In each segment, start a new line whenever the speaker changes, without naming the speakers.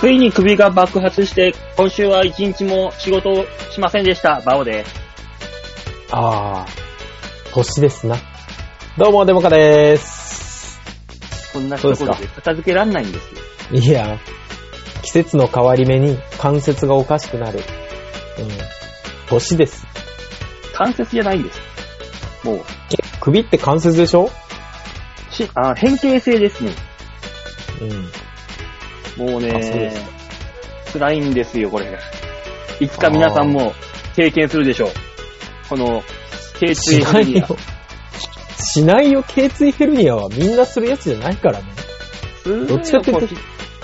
ついに首が爆発して、今週は一日も仕事をしませんでした。バオです。
ああ、年ですな。どうも、デモカでーす。
こんな一言で片付けらんないんですよ。
いや、季節の変わり目に関節がおかしくなる。うん。年です。
関節じゃないんです。もう、
首って関節でしょ
しあ変形性ですね。
うん。
もう
あそうで
ね、辛いんですよ、これが。いつか皆さんも経験するでしょう。この、頸
し
椎
な
ヘル
い
ニ
よ
ア。。
しないよ、頸椎ヘルニアはみんなするやつじゃないからね。
するよ
どっちかっていうと
腰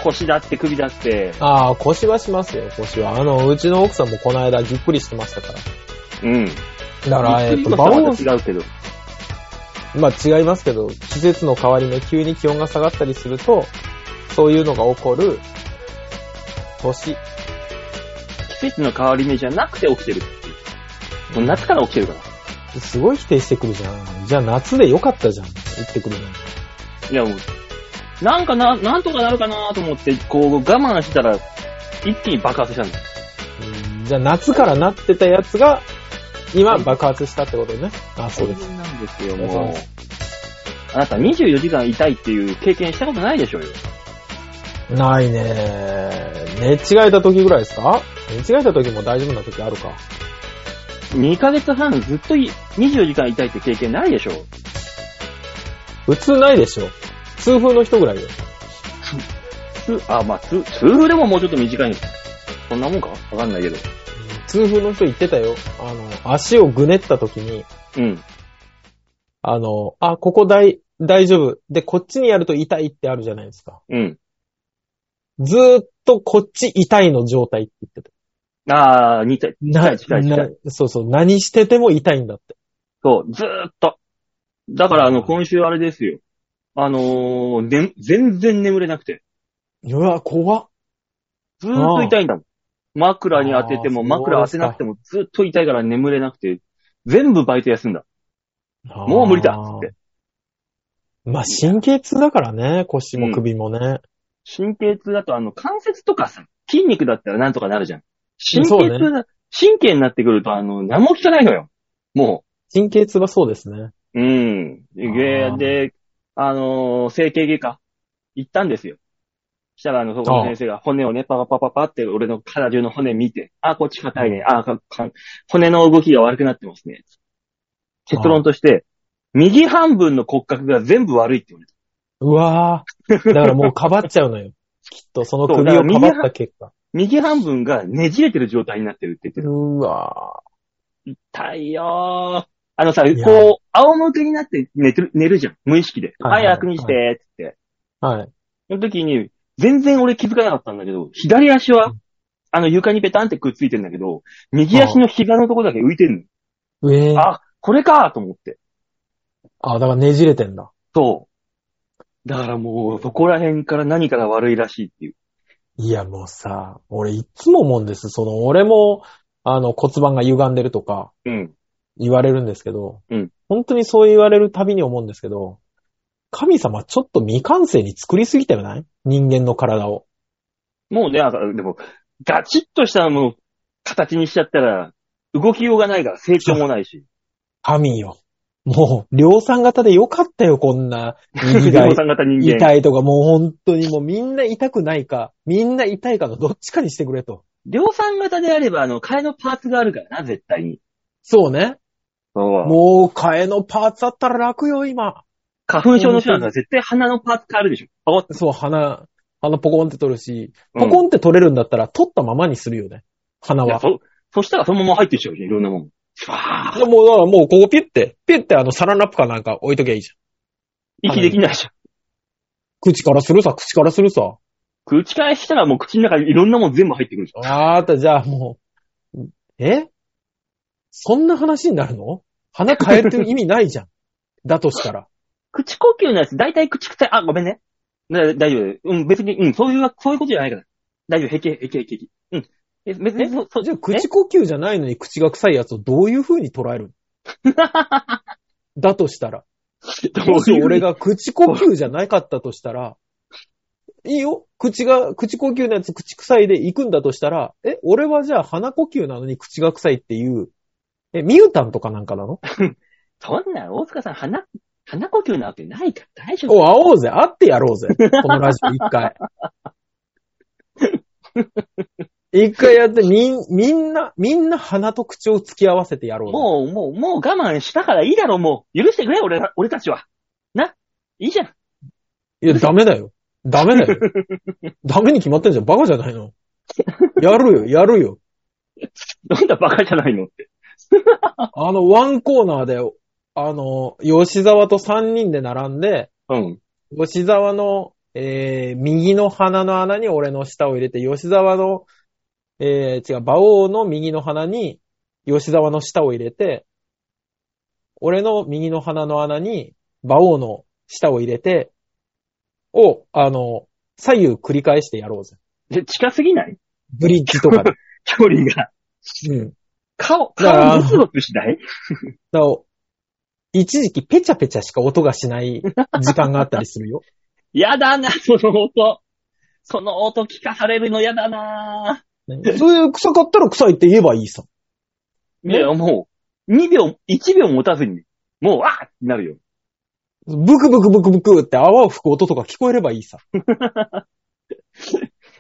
腰だって首だって。
ああ、腰はしますよ、腰は。あの、うちの奥さんもこの間ぎっくりしてましたから。
うん。
だから、えっと、
と
バオ
違うけど。
まあ違いますけど、季節の変わり目、急に気温が下がったりすると、そういうのが起こる、年。
季節の変わり目じゃなくて起きてるっていう。もう夏から起きてるから。
すごい否定してくるじゃん。じゃあ夏でよかったじゃん。言ってくるの。
いや、もう、なんかな、なんとかなるかなと思って、こう、我慢したら、一気に爆発したんだよ。
うんじゃあ夏からなってたやつが、今爆発したってことね。あ、そうです。
大変なんですよ、
そう
もう
で。
あなた24時間痛いっていう経験したことないでしょうよ。
ないねー寝違えた時ぐらいですか寝違えた時も大丈夫な時あるか。
2ヶ月半ずっとい24時間痛いって経験ないでしょう。
普通ないでしょ。痛風の人ぐらいよ。
つ、あ、まあ、つ、痛風でももうちょっと短いのそんなもんかわかんないけど。
痛風の人言ってたよ。あの、足をぐねった時に、
うん。
あの、あ、ここ大、大丈夫。で、こっちにやると痛いってあるじゃないですか。
うん。
ずーっとこっち痛いの状態って言ってた。
あー、似て、痛
な
い痛い
なそうそう、何してても痛いんだって。
そう、ずーっと。だから、あの、今週あれですよ。あのー、ね、全然眠れなくて。
うわ、怖っ。
ずーっと痛いんだもん。枕に当てても、
あー
枕当てなくても、ずーっと痛いから眠れなくて、全部バイト休んだ。もう無理だっつって。
まあ、神経痛だからね、腰も首もね。
神経痛だと、あの、関節とかさ、筋肉だったらなんとかなるじゃん。神
そう
経
ね
痛だ、神経になってくると、あの、何も効かないのよ。も
神経痛はそうですね。
う。うん。で
あー
で、あのー整形外科、行ったんですよ。したら、あの、そこの先生が骨をね、パパパパパって、俺の体中の骨見て、あー、こっち硬いね、あーかか骨の動きが悪くなってますね。結論として、右半分の骨格が全部悪いって言われた。
うわー。だからもうかばっちゃうのよ。きっと、その首をかばった結果。
右半分がねじれてる状態になってるって言ってる。
うわ
痛いよー。あのさ、
や
こう、仰向けになって寝てる、寝るじゃん。無意識で。
は
はい
はい
い、楽にしてーって言って。
ー。はい。
その時に、全然俺気づかなかったんだけど、左足は、あの床にペタンってくっついてんだけど、右足の膝のとこだけ浮いてん
うえー。
の。あ、これかーと思って。
あ、だからねじれてんだ。
そう。だからもう、そこら辺から何から悪いらしいっていう。
いや、もうさ、俺いつも思うんです。その、俺も、あの、骨盤が歪んでるとか
うん。
言われるんですけど、
うん
本当にそう言われるたびに思うんですけど、神様ちょっと未完成に作りすぎてない人間の体を。
もうね、あでも、ガチッとしたもの、形にしちゃったら、動きようがないから成長もないし。
神よ。もう、量産型でよかったよ、こ んな。
不
右が
動産型人間。
痛いとか、もう本当にもうみんな痛くないか、みんな痛いかのどっちかにしてくれと。
量産型であれば、あの、替えのパーツがあるからな、絶対に。
そうね。
そう。
もう、替えのパーツあったら楽よ、今。
花粉症の人なんか絶対鼻のパーツ変わるでしょ。パコッ
そう、鼻、鼻ポコンって取るし、
うん
ポコンって取れるんだったら、取ったままにするよね。鼻
いや
は。
そ、そしたらそのまま入ってきちゃうし、いろんなもん。ふわー
でもう、だからもう、ここピュって、ピュってあの、サランラップかなんか置いときゃいいじゃん。
息できないじゃん。
口からするさ、口からするさ。
口返したらもう口の中にいろんなもん全部入ってくるじ
あーた、じゃあもう、えそんな話になるの鼻変えてる意味ないじゃん。だと したら。
ゃん。口呼吸のやつ、だいたい口臭い。あ、ごめんね。だ大丈夫。うん、別に、うん、そういう、そういうことじゃないから。大丈夫、平気、平気、平気。うん。え別に、そう、そう
じゃあ、口呼吸じゃないのに口が臭いやつをどういう風に捉える だとしたら。
どういう
もし俺
が。
が口呼吸じゃなかったとしたら、いいよ。口が、口呼吸のやつ口臭いで行くんだとしたら、え、俺はじゃあ鼻呼吸なのに口が臭いっていう、え、ミュータンとかなんかなの
そんな、大塚さん、鼻、鼻呼吸なわけないから大丈夫。
お、会おうぜ。会ってやろうぜ。このラジオ一回。一回やって、みん、みんな、みんな鼻と口を突き合わせてやろうぜ。
もう、もう、もう我慢したからいいだろ、もう。許してくれ、俺ら、俺たちは。な、いいじゃん。
いや、ダメだよ。ダメだよ。ダメに決まってんじゃん。バカじゃないの。やるよ、やるよ。
なんだバカじゃないのって。
あの、ワンコーナーで、あの、吉沢と3人で並んで、
うん。
吉沢の、えー、右の鼻の穴に俺の舌を入れて、吉沢の、えー、違う、馬王の右の鼻に、吉沢の舌を入れて、俺の右の鼻の穴に、馬王の舌を入れて、を、あの、左右繰り返してやろうぜ。
で、近すぎない
ブリッジとかで。
距離が。
うん。
顔、
だから
顔ブツブツしない
だから一時期ペチャペチャしか音がしない時間があったりするよ。
やだな、その音。その音聞かされるのやだな
ね それで臭かったら臭いって言えばいいさ。
いや、もう、2秒、1秒持たずに、もう、あーってなるよ。
ブクブクブクブクって泡を吹く音とか聞こえればいいさ。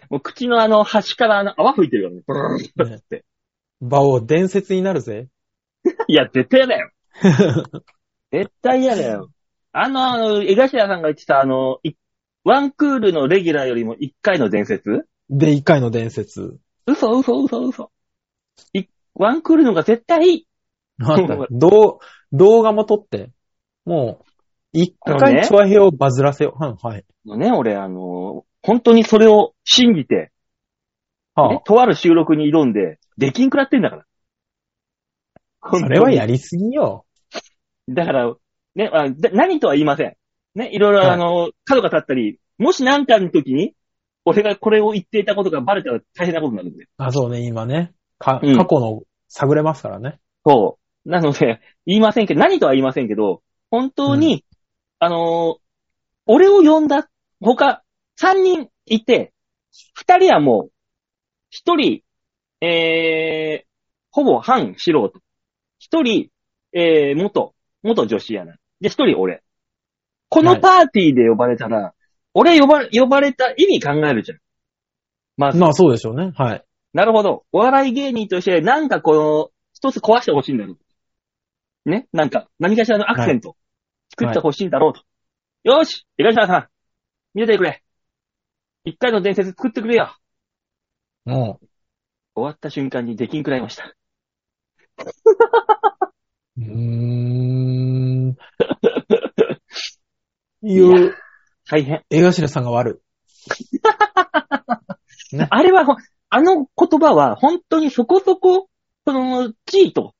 もう口のあの、端からあの、泡吹いてるよね。ブルーン
ね
って。
場を伝説になるぜ。
いや、絶対嫌 だよ。絶対嫌だよ。あの、あの、江頭さんが言ってた、あの、いワンクールのレギュラーよりも1回の伝説
で、一回の伝説。
嘘嘘嘘嘘。いワンクールのが絶対いい。
なんだどう動画も撮って、もう、一
あのね
回チョアヘヨをバズらせよう。はい、はい。
のね、俺、あの、本当にそれを信じて、
は
ね、とある収録に挑んで、出禁食らってんだから。
あ、それはや
る。
りすぎよ。
だから、ね、あだ何とは言いません。ね、いろい
はい
ろあの、角が立ったり、もし何かの時に、俺がこれを言っていたことがバレたら大変なことになるんで。
あ、そうね、今ね。か、
うん
過去の探れますからね。
そう。なので、 言いませんけど、何とは言いませんけど、本当に、あのー俺を呼んだ、他、3人いて、2人はもう、1人、えー、ほぼ半素人。1人、えー、元、元女子やな。で、1人俺。このパーティーで呼ばれたら、俺呼ば、呼ばれた意味考えるじゃん。まず、
まあそうでしょうね。はい。
なるほど。お笑い芸人として、なんかこの、一つ壊してほしいんだろう。ねなんか、何かしらのアクセント、作ってほしいんだろうと。よーし東川さん見ててくれ一回の伝説作ってくれよ
も
終わった瞬間に出禁くらいました。
う。う ーん。い
い
や
や大変。
江頭さんが悪
あれはほ、あの言葉は、本当にそこそこ、その、地位と、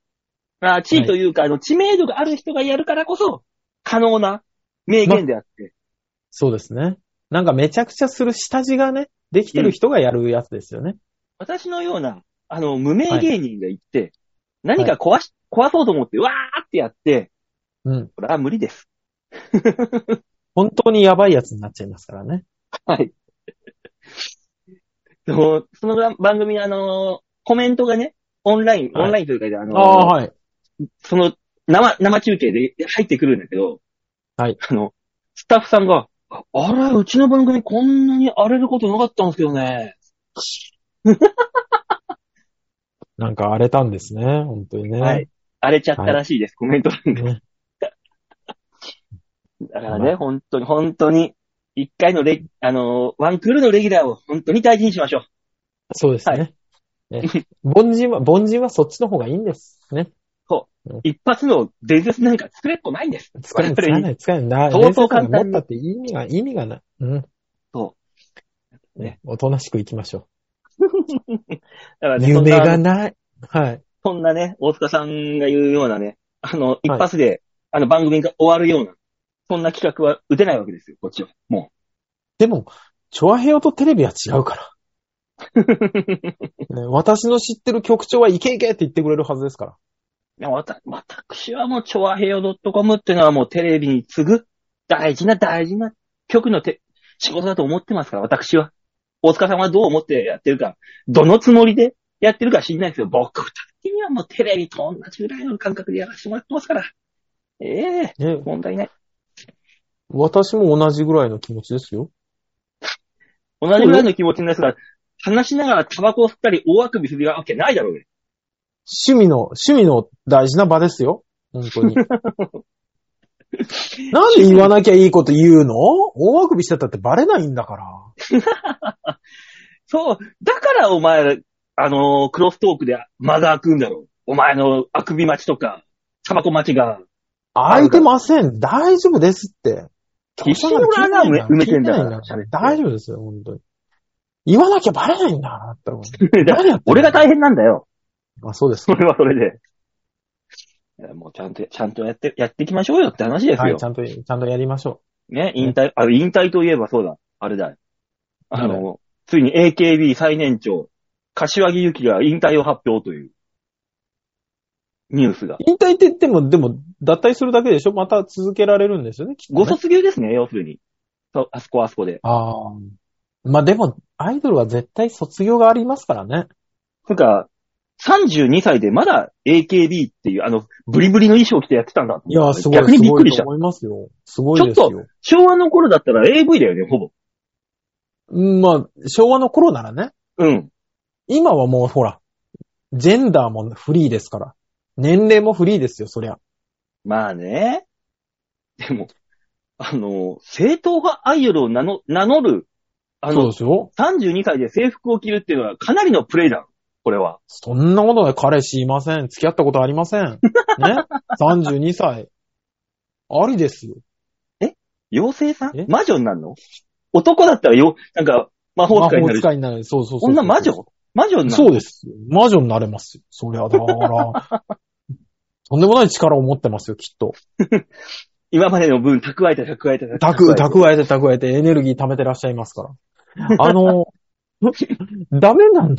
あ地位というか、あの、知名度がある人がやるからこそ、可能な名言であって。
い。そうですね。なんかめちゃくちゃする下地がね、できてる人がやるやつですよね。
私のような、あの、無名芸人が行って、何か壊し、壊そうと思って、わーってやって、
うん。
これは無理です。
本当にやばいやつになっちゃいますからね。
はい。そのその番組、あの、コメントがね、オンライン、
はい
オンラインというか、あの、
はい。
その、生、生中継で入ってくるんだけど、
はい。
あの、スタッフさんが、あれ、うちの番組こんなに荒れることなかったんですけどね。
なんか荒れたんですね。本当にね。
はい。荒れちゃったらしいです、コメント欄が。
ね
だから
は
ね、
い
本当に、本当に、一回のレ、あのー、ワンクールのレギュラーを本当に大事にしましょう。
そうですね。ね凡人は、凡人はそっちの方がいいんです。ね。
一発の伝説なんか作れっこないんです。
使えない、
我
使え
々
な
に
い、使えな
相
い。
当簡単に
冷静さが持ったって意味が、意味がない。うん。
そ
ね。おとなしく行きましょ
だから
う。
ね
夢
そ
が
んな
ない。はい。
そんなね、大塚さんが言うようなね、あの、一
はい
発で、あの番組が終わるような、そんな企画は打てないわけですよ、こっちは。も
でも、チョアヘヨとテレビは違 うから。ね私の知ってる局長はいけいけって言ってくれるはずですから。
う。いやわた私はもう、チョアヘヨ .com っていうのはもうテレビに次ぐ大事な大事な局のて仕事だと思ってますから、私は。大塚さんはどう思ってやってるか、どのつもりでやってるか知んないですけど、僕的にはもうテレビと同じぐらいの感覚でやらせてもらってますから。ええ
ね、
問題ない。
私も同じぐらいの気持ちですよ。
同じぐらいの気持ちになるから、話しながらタバコを吸ったり大あくびするわけないだろうね。
趣味の、趣味の大事な場ですよ。本当 に。なんで言わなきゃいいこと言うの大あくびしてたってバレないんだから。
そう。だからお前、あのークロストークで間が空くんだろう。お前のあくび待ちとか、タバコ待ちが。
空いてません。大丈夫ですって。
必死に俺穴埋め埋めてんだから
聞いてないんだから大丈夫ですよ、本当に。言わなきゃバレないんだからって思う。
だから
誰やってんの
俺が大変なんだよ。
あ、そうです
そ。れはそれで。いやもうちゃんと、ちゃんとやって、やっていきましょうよって話ですよ。
はい、ちゃんと、ちゃんとやりましょ
ね、引退、あ、引退といえばそうだ。あれだ。あの、ついに AKB 最年長、柏木由紀が引退を発表という、ニュースが。
う。引退って言っても、でも、脱退するだけでしょまた続けられるんですよね、きっと、ね。
ご卒業ですね、要するに。そうあそこあそこで。
ああ。まあでも、アイドルは絶対卒業がありますからね。
なんか、32歳でまだ AKB っていう、あの、ブリブリの衣装着てやってたんだ。
いや、すごい。
逆にびっくりした
すごいと思いますよ。すごいですよ。
ち昭和の頃だったら AV だよね、ほぼ。
うんまあ、昭和の頃ならね。
うん。
今はもうほら、ジェンダーもフリーですから。年齢もフリーですよ、そりゃ。
まあね。でも、あの、正統派アイドルを名の名乗る、あ
そう
の
で、すよ。
32歳で制服を着るっていうのはかなりのプレイだ。これは。
そんなことない。彼氏いません。付き合ったことありませ ん。ね ?32 歳。ありですよ。
妖精さ
え
ん魔女になるの男だったらよ、なんか、魔法
魔
使いに
法
なる。
使いになる。そうそうそう。
女魔女魔女になる。
そうですよ。魔女になれますよ。そりゃ、だ から。とんでもない力を持ってますよ、きっと。
今までの分、蓄えて蓄えて蓄えて。
たく、蓄えて蓄えてエネルギー貯めてらっしゃいますから。あの、 ダメなの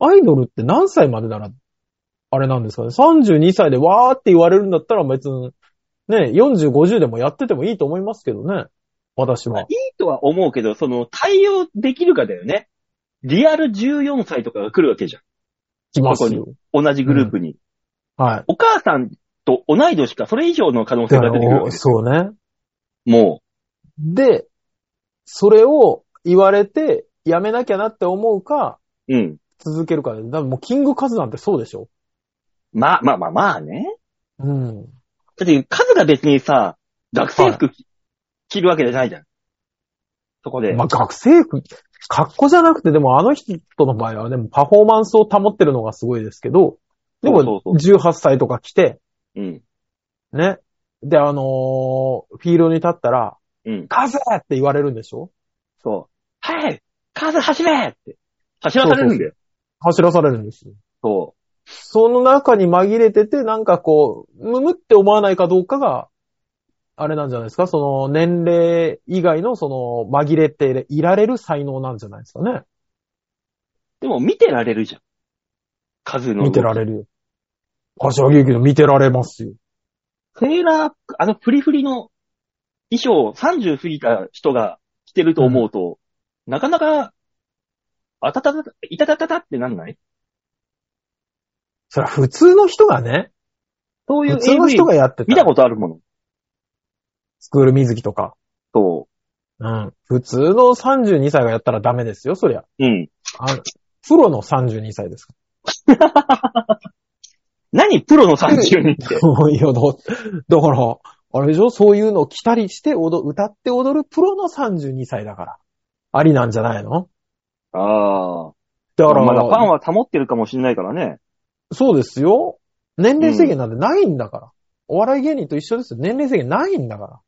アイドルって何歳までなら、あれなんですかね。32歳でわーって言われるんだったら別に、ね、40、50でもやっててもいいと思いますけどね。私は。
いいとは思うけど、その、対応できるかだよね。リアル14歳とかが来るわけじゃん。
来ますよ。
同じグループに。
はい。
お母さんと同い年か、それ以上の可能性
だか
が出てくるわ
ら
けです。
そうね。
も
で、それを言われて、やめなきゃなって思うか、
う。うん。
続けるかで。だからもうキングカズなんてそうでしょ。
まあまあまあまあね。
うん。
だって、数が別にさ、学生服着着るわけじゃないじゃん。そこで。
まあ、学生服、格好じゃなくて、でもあの人の場合は、でもパフォーマンスを保ってるのがすごいですけど、で
そう
も
そう
18歳とか来て、
うん。
ね。で、あのーフィールドに立ったら、
うん。
カズって言われるんでしょ
そう。はい数走れって。走らされるんだよ。
走らされるんですよ。
そ
その中に紛れてて、なんかこう、むむって思わないかどうかが、あれなんじゃないですかその年齢以外のその紛れていられる才能なんじゃないですかね。
う。でも見てられるじゃん。数の。
見てら
る。
れるよ。柏木由紀の見てられますよ。
セーラー、あのフリフリの衣装、30過ぎた人が着てると思うと、なかなか、あたたた、いたたたたってなんない
それは普通の人がね、
そういう
普通の
AV
人がやってた。
見たことあるもの。
スクール水着とか。
そ
うん。普通の32歳がやったらダメですよ、そりゃ。
う。うん。
あのプロの32歳ですか
何プロの32って。
ら。いや、だだから、あれでしょそういうのを着たりして踊、歌って踊るプロの32歳だから。ありなんじゃないの
ああ。
だ
だ
か
から
ら、
まだファンは保ってるかもしれないからね。
そうですよ。年齢制限なんてないんだから。お笑い芸人と一緒ですよ。年齢制限ないんだから。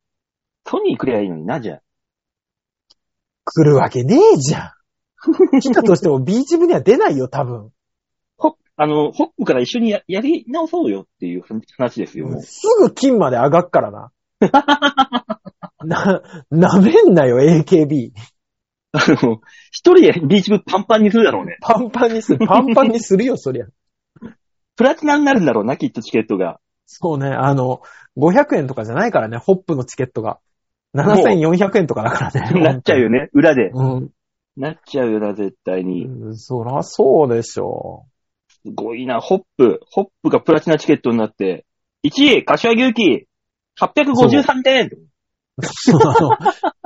ソニーくればいいのにな、じゃあ。
来るわけねえじゃん。来たとしてもビーチ部には出ないよ、多分。
ほ、あの、ホップから一緒にややり直そうよっていう話ですよ、もう
すぐ金まで上がっから な。な、舐めんなよ、AKB。
あの、 一人でビーチ部パンパンにするだろうね。
パンパンにする、パンパンにするよ、そりゃ。
プラチナになるんだろうな、きっとチケットが。
そうね、あの、500円とかじゃないからね、ホップのチケットが。 7400円とかだから ね。
なっちゃうよね、裏で。
うん。
なっちゃうよな、絶対に。
うん。そらそうでしょ
すごいな、ホップ。ホップがプラチナチケットになって、1位、柏木由紀、853点
う。その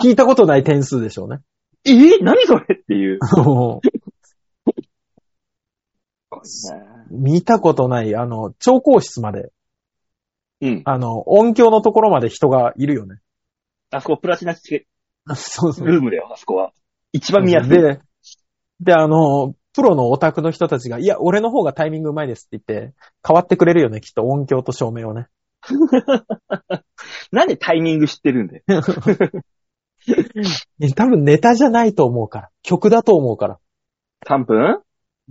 聞いたことない点数でしょうね。
えー何それっていう。すごいな
見たことない、あの、調光室まで、
うん。
あの、音響のところまで人がいるよね。
あそこプラチナチケッ
そう
ト
そう。
ルームだよ、あそこは。一番見やすい。
で、で、あの、プロのオタクの人たちが、いや、俺の方がタイミングうまいですって言って、変わってくれるよね、きっと音響と照明をね。
なんでタイミング知ってるんだよ。
ね多分ネタじゃないと思うから。曲だと思うから。
3分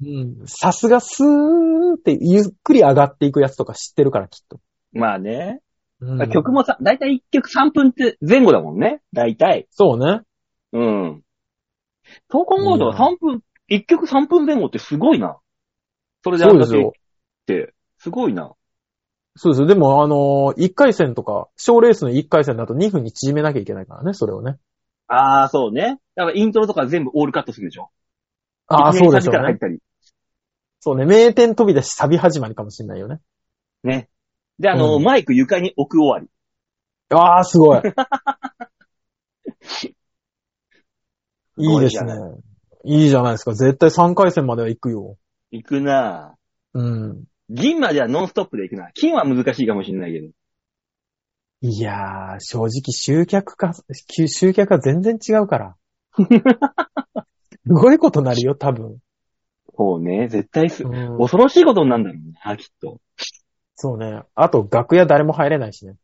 うん。さすがスーンってゆっくり上がっていくやつとか知ってるから、きっと。
まあね。
うん、
曲もさ、だいたい1曲3分って前後だもんね。だいたい。
そうね。
うん。投稿モードは3分、1曲3分前後ってすごいな。それであ
そうん
だ
です
けっ
よ。
て、すごいな。
そうですよ。でも、あのー、1回戦とか、賞レースの1回戦だと2分に縮めなきゃいけないからね、それをね。
ああ、そうね。だからイントロとか全部オールカットするでしょ
ああ、
いきな
そ
り
うです
サビか
よ
ら入っ
ね。
たり。
そうね。名店飛び出しサビ始まりかもしれないよね。
ね。で、あの、
うん
マイク床に置く終わり。
ああ、すごい。いいです
すごいじ
ね
ゃ。
いいじゃないですか。絶対3回戦までは行くよ。
行くなぁ
うん。
銀まではノンストップで行くな金は難しいかもしれないけど。
いやー、正直集客か、集客は全然違う から。すごいことになるよ、多分。
そうね。絶対す、
うん
恐ろしいことになるんだろうな、きっと。
そうね。あと、楽屋誰も入れないしね。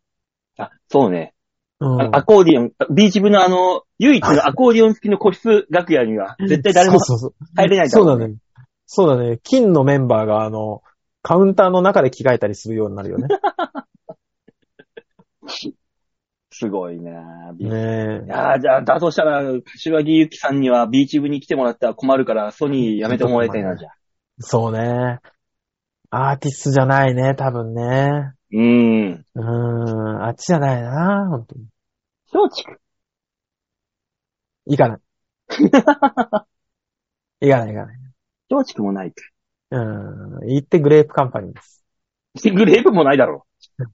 あ、そうね。
うん
あアコーディオン、ビーチ部のあの、唯一のアコーディオン付きの個室楽屋に は、絶対誰も
そうそうそう
入れないだ
そ
ろ
う
う
だね。そうだね。金のメンバーが、あの、カウンターの中で着替えたりするようになる よね。
すごいなぁ。
ね
いやーじゃあ、だとしたら、柏木由紀さんにはビーチ部に来てもらったら困るから、ソニーやめてもらいたいな、じゃあ。
え。そうね。アーティストじゃないね、多分ね。
うーん。
うーん、あっちじゃないな、本当に。
松竹。
行 かない。行かない、行かない。
松竹もないか。
うーん、行ってグレープカンパニーです。
グレープもないだろう。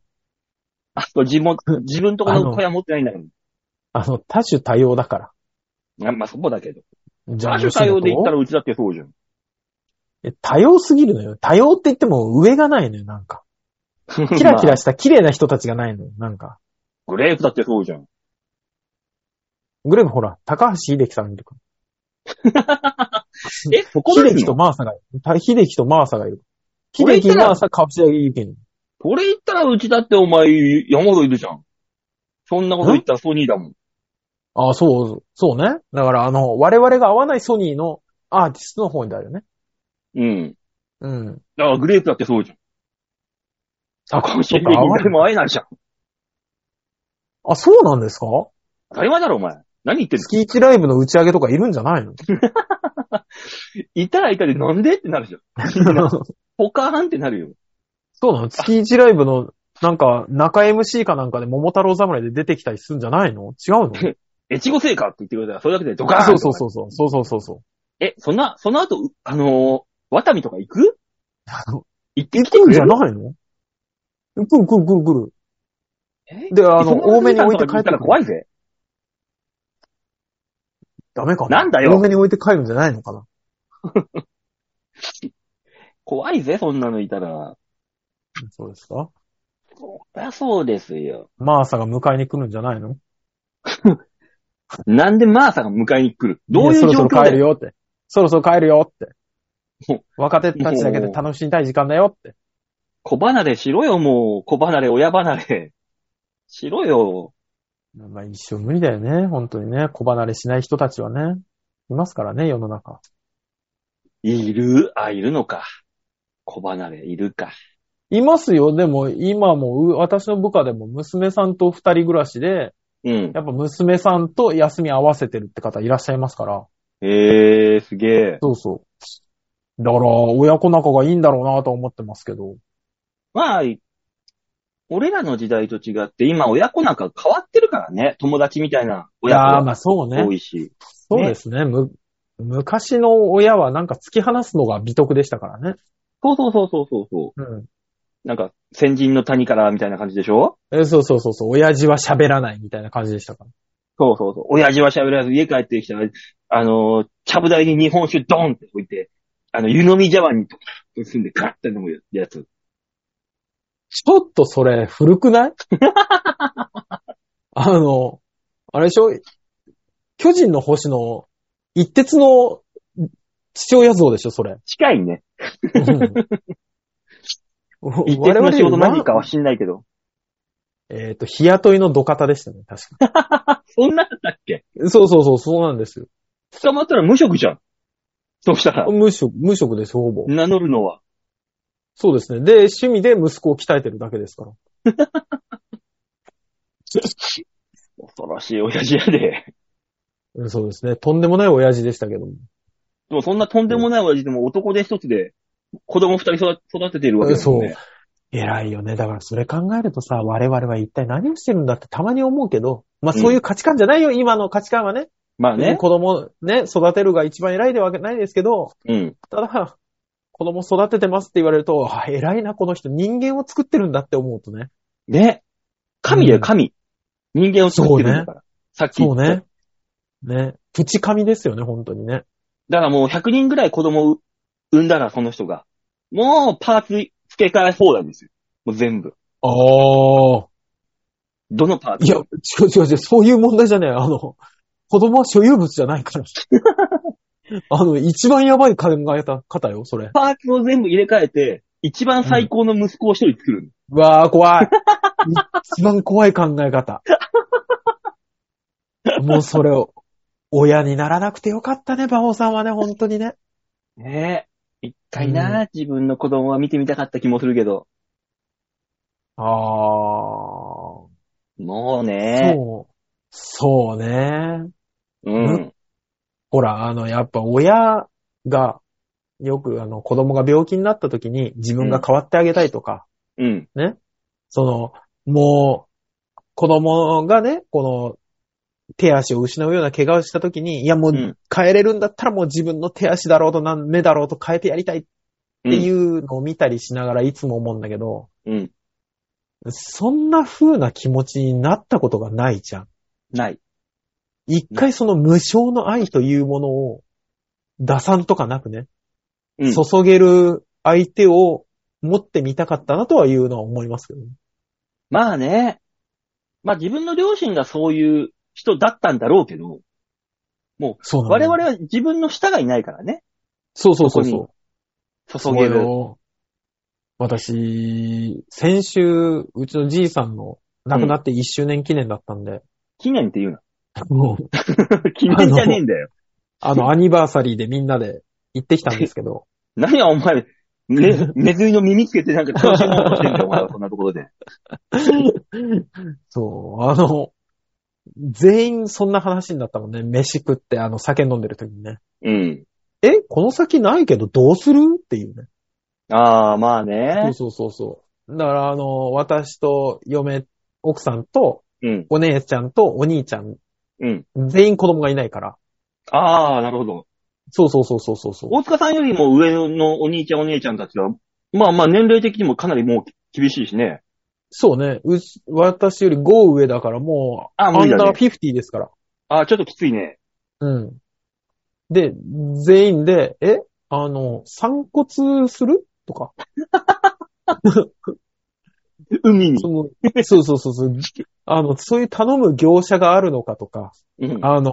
あと、自分、自分とこ
あ
の
の
小屋持ってないんだから。
あの、多種多様だから。
あまあ、そこだけど。
じ
多種多様で言った
ら。
らうちだってそうじゃん。
え多様すぎるのよ。多様って言っても上がないのよ、なんか。キラキ
まあ
ラした綺麗な人たちがないのよ、なんか。
グレープだってそうじゃん。
グレープほら、高橋秀樹さんいるから。
え、そこまで
秀
行
樹
く
と
の
マーサがいる。た秀樹とマーサがいる。
これ
秀
言っ
樹、
たら
マーサ、カプシャギユキン。
これ言ったらうちだってお前、山ほどいるじゃん。そんなこと言ったらソニーだもん。
ああ、そう、そうね。だから、あの、我々が合わないソニーのアーティストの方にだよね。
うん。
うん。
だからグレープだってそうじゃん。高橋
そ
英
っか合
樹
わ
誰
ない。
も会えないじゃん。
あ、そうなんですか
当たり前だろ、お前。何言ってんの
スキーチライブの打ち上げとかいるんじゃ ないの
いたらいたでなんでってなるじゃん。ポカーンってなるよ。
そうなの月一ライブの、なんか、中 MC かなんかで桃太郎侍で出てきたりするんじゃないの 違うの
越後製菓って言ってくれたら、それだけでドカーン
そうそう
う。
そうそう。そうそうそうそう。
え、そんな、その後、うあのー、ワタミとか行く
あの
行って
行
きて
く
く
ん
れ
じゃ
る
ないの来る来る来る来る。
え
で、あの、
磯村
多めに置いて
さんとか
帰って
に行ったら怖いぜ。
ダメかな。
なんだよ
多めに置いて帰るんじゃないのかな。
怖いぜ、そんなのいたら。
そうですか
そりゃそうですよ。
マーサが迎えに来るんじゃないの
なんでマーサが迎えに来るどういう
や
状
そろ
況
そろ帰
だ
る
よ。
よって。そろそろ帰るよっ
も
て。若手たちだけで楽しみたい時間だよって。
小離れしろよ、もう。小離れ、親離れ。しろよ。
まあ一生無理だよね。本当にね。小離れしない人たちはね。いますからね、世の中。
いるあ、いるのか。小離れ、いるか。
いますよ。でも今もう、私の部下でも娘さんと二人暮らしで、
うん。
やっぱ娘さんと休み合わせてるって方いらっしゃいますから。
ええー、すげえ。
そうそう。だから、親子仲がいいんだろうなとは思ってますけど。
まあ、い俺らの時代と違って、今親子なんか変わってるからね。友達みたいな親子
ああ、
が
まあそうね
多。いし。
そうですね。む、昔の親はなんか突き放すのが美徳でしたからね。
そうそうそうそうそうそ
うん。
う。なんか、先人の谷からみたいな感じでしょ
えそうそうそうそう。親父は喋らないみたいな感じでしたから。
そうそうそう。親父は喋らず、家帰ってきたら、あのー、ちゃぶ台に日本酒ドンって置いて、あの、湯飲み茶碗にドカッと済んでガッて飲むやつ。
ちょっとそれ古 くないあの、あれでしょ巨人の星の一徹の父親像でし ょそれ。
近いね。一
我
定の仕事何
何
かは知んないけど。
えっ、と、日雇いの土方でしたね、 確か
そんなだったっけ
に。そうそうそう、そうなんですよ。
捕まったら無職じゃん。そうしたら、
無職、無職です、ほぼ。
名乗るのは。
そうですね。で、趣味で息子を鍛えてるだけですから。
恐ろしい親父やで。
うんそうですね。とんでもない親父でしたけども。
でもそんなとんでもない親父でも男で一つで、子供二人育育てているわけですね。
偉いよね。だからそれ考えるとさ、我々は一体何をしてるんだってたまに思うけど、まあそういう価値観じゃないよ、今の価値観はね。
まあね。
子供ね、育てるが一番偉いではないですけど、
うん。
ただ、子供育ててますって言われると、あ偉いな、この人。人間を作ってるんだって思うとね。
ね。神だよ、神。人間を作ってるんだから。さっき
そ
言
う
った。
ね。ね。プチ神ですよね、本当にね。
だからもう100人ぐらい子供を産んだら、その人が。もうパーツ付け替え放題ですよ。もう全部。
ああ。
どのパーツ
いや、違う違う違う、そういう問題じゃねえ。あの、子供は所有物じゃない から。あの、一番やばい考えた方よ、それ。
パーツを全部入れ替えて、一番最高の息子を一人作るの、
わあ、怖い。一番怖い考え方。もうそれを、親にならなくてよかったね、馬王さんはね、本当にね。
ねえ。一回な、自分の子供は見てみたかった気もするけど。
ああ、そ
もうね。
う、そうね。
うん。
ほら、あの、やっぱ親が、よくあの、子供が病気になった時に自分が代わってあげたいとか、
うん。
その、もう、子供がね、この、手足を失うような怪我をした時に、いや
う
もうん変えれるんだったらもう自分の手足だろうとなん目だろうと変えてやりたいって
うん。
いうのを見たりしながらいつも思うんだけど、
うん。
そんな風な気持ちになったことがないじゃん。
ない。
一回その無償の愛というものを打算とかなくね、
うん。
注げる相手を持ってみたかったなとはいうのは思いますけどね。
まあね。まあ自分の両親がそういう人だったんだろうけど、
そうなんだ
我
よ
々は自分の下がいないからね。
そうそうそうそ
そうこ。注げ
そ
る。
うよ私、先週、うちのじいさんの亡くなって1周年記念だったんで、
記念って言うな。
もう
記念じゃねえんだよ。
あの、アニバーサリーでみんなで行ってきたんですけ ど、
何やお 前、ね、ネズミの耳つけてなんか楽しもうとしてんだよ、お前はそんなところで。
そう、あの、全員そんな話になったもんね。飯食って、あの、酒飲んでる時にね。
うん。
え、この先ないけどどうするっていうね。
ああ、まあ
そう
ね。
そうそうそう。だから、あの、私と嫁、奥さんと、
うん。
お姉ちゃんとお兄ちゃん、
うん。
全員子供がいないから。
ああ、なるほど。
そうそうそうそうそうそう。
大塚さんよりも上のお兄ちゃんお姉ちゃんたちは、まあまあ年齢的にもかなりもう厳しいしね。
そうね。うち私より5上だからもう、
あ無
アン
理だね
ダー50ですから。
ああ、ちょっときついね。
うん。で、全員で、えあの、散骨するとか。
海に
そ。のそうそうそうそう。あの、そういう頼む業者があるのかとか、
うん。
あの、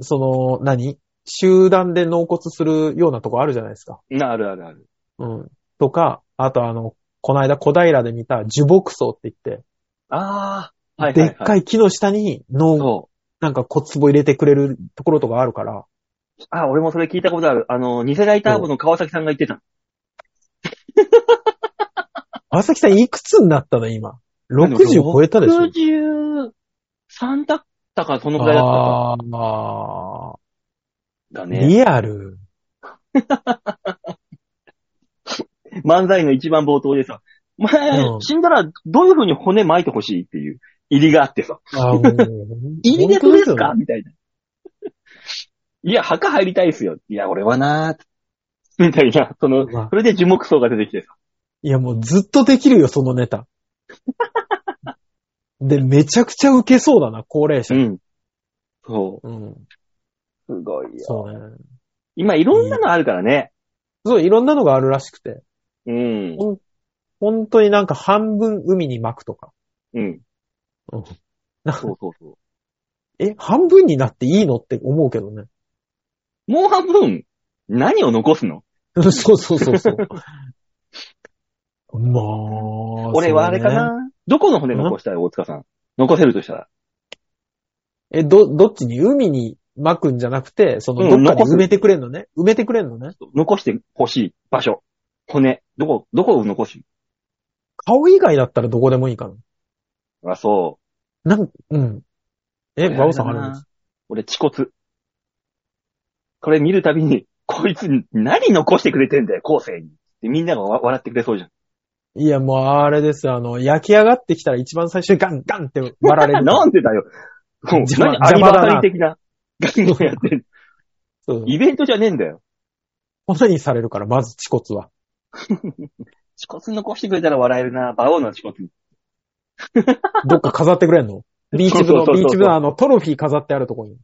その、何集団で納骨するようなとこあるじゃないですか。
なあるあるある。
うん。とか、あとあの、この間小平で見た樹木葬って言って、
ああ、はいはい、
で
はい。
っか
い。
い木の下にの、
そ
なんか骨壺入れてくれるところとかあるから、
う。ああ、俺もそれ聞いたことある。あの、ニセライター部の川崎さんが言ってた。
川崎さんいくつになったの今。60超えたでしょ
?63 だったか、そのぐらいだったか。
あーま
だ
あ、
ね。
リアル。
漫才の一番冒頭でさ、お前、
うん
死んだらどういう風に骨巻いてほしいっていう入りがあってさ。
あーもう
入りで
本当
です
よね
かみたいな。いや、墓入りたいっすよ。いや、俺はなーみたいな、その、
まあ
それで樹木葬が出てきてさ。
いや、もうずっとできるよ、そのネ タ。で、めちゃくちゃウケそうだな、高齢
う
者。
ん。そ
うん。
う。すごいよ。
そうね。
今、いろんなのあるからね。
そう、いろんなのがあるらしくて。
うん。
本当になんか半分海に巻くとか。
うん。
うん
そうそうそう。
え、半分になっていいのって思うけどね。
もう半分、何を残すの
そうそうそうそう。 まあ、
俺はあれか
そうね
な、どこの骨残したい大塚さん。残せるとしたら。
え、ど、どっちに海に巻くんじゃなくて、その、
うん
どっか
残
に
す
埋めてくれんのね、埋めてくれんのね
残してほしい場所。骨。どこ、どこを残し
顔以外だったらどこでもいいか
あ、そう。
な。なん、うん。え、
俺
バオさんあ
れ
る
だ
ん
な
です
俺、恥骨。これ見るたびに、こいつ何残してくれてんだよ、後世に。でみんながわ笑ってくれそうじゃん。
いや、もうあれですよ、あの、焼き上がってきたら一番最初にガンガンって割ら れる。
なんでだよ。もう
邪魔
何アニバー
邪魔だ
サリー
な
的な。ガキンコやってる。
そう
イベントじゃねえんだよ。
こんなにされるから、まず恥骨は。
恥骨残してくれたら笑えるな。馬王の恥骨。
どっか飾ってくれんのビーチ部 の、
そうそうそうそう
ビーチ部のあの、トロフィー飾ってあるとこに。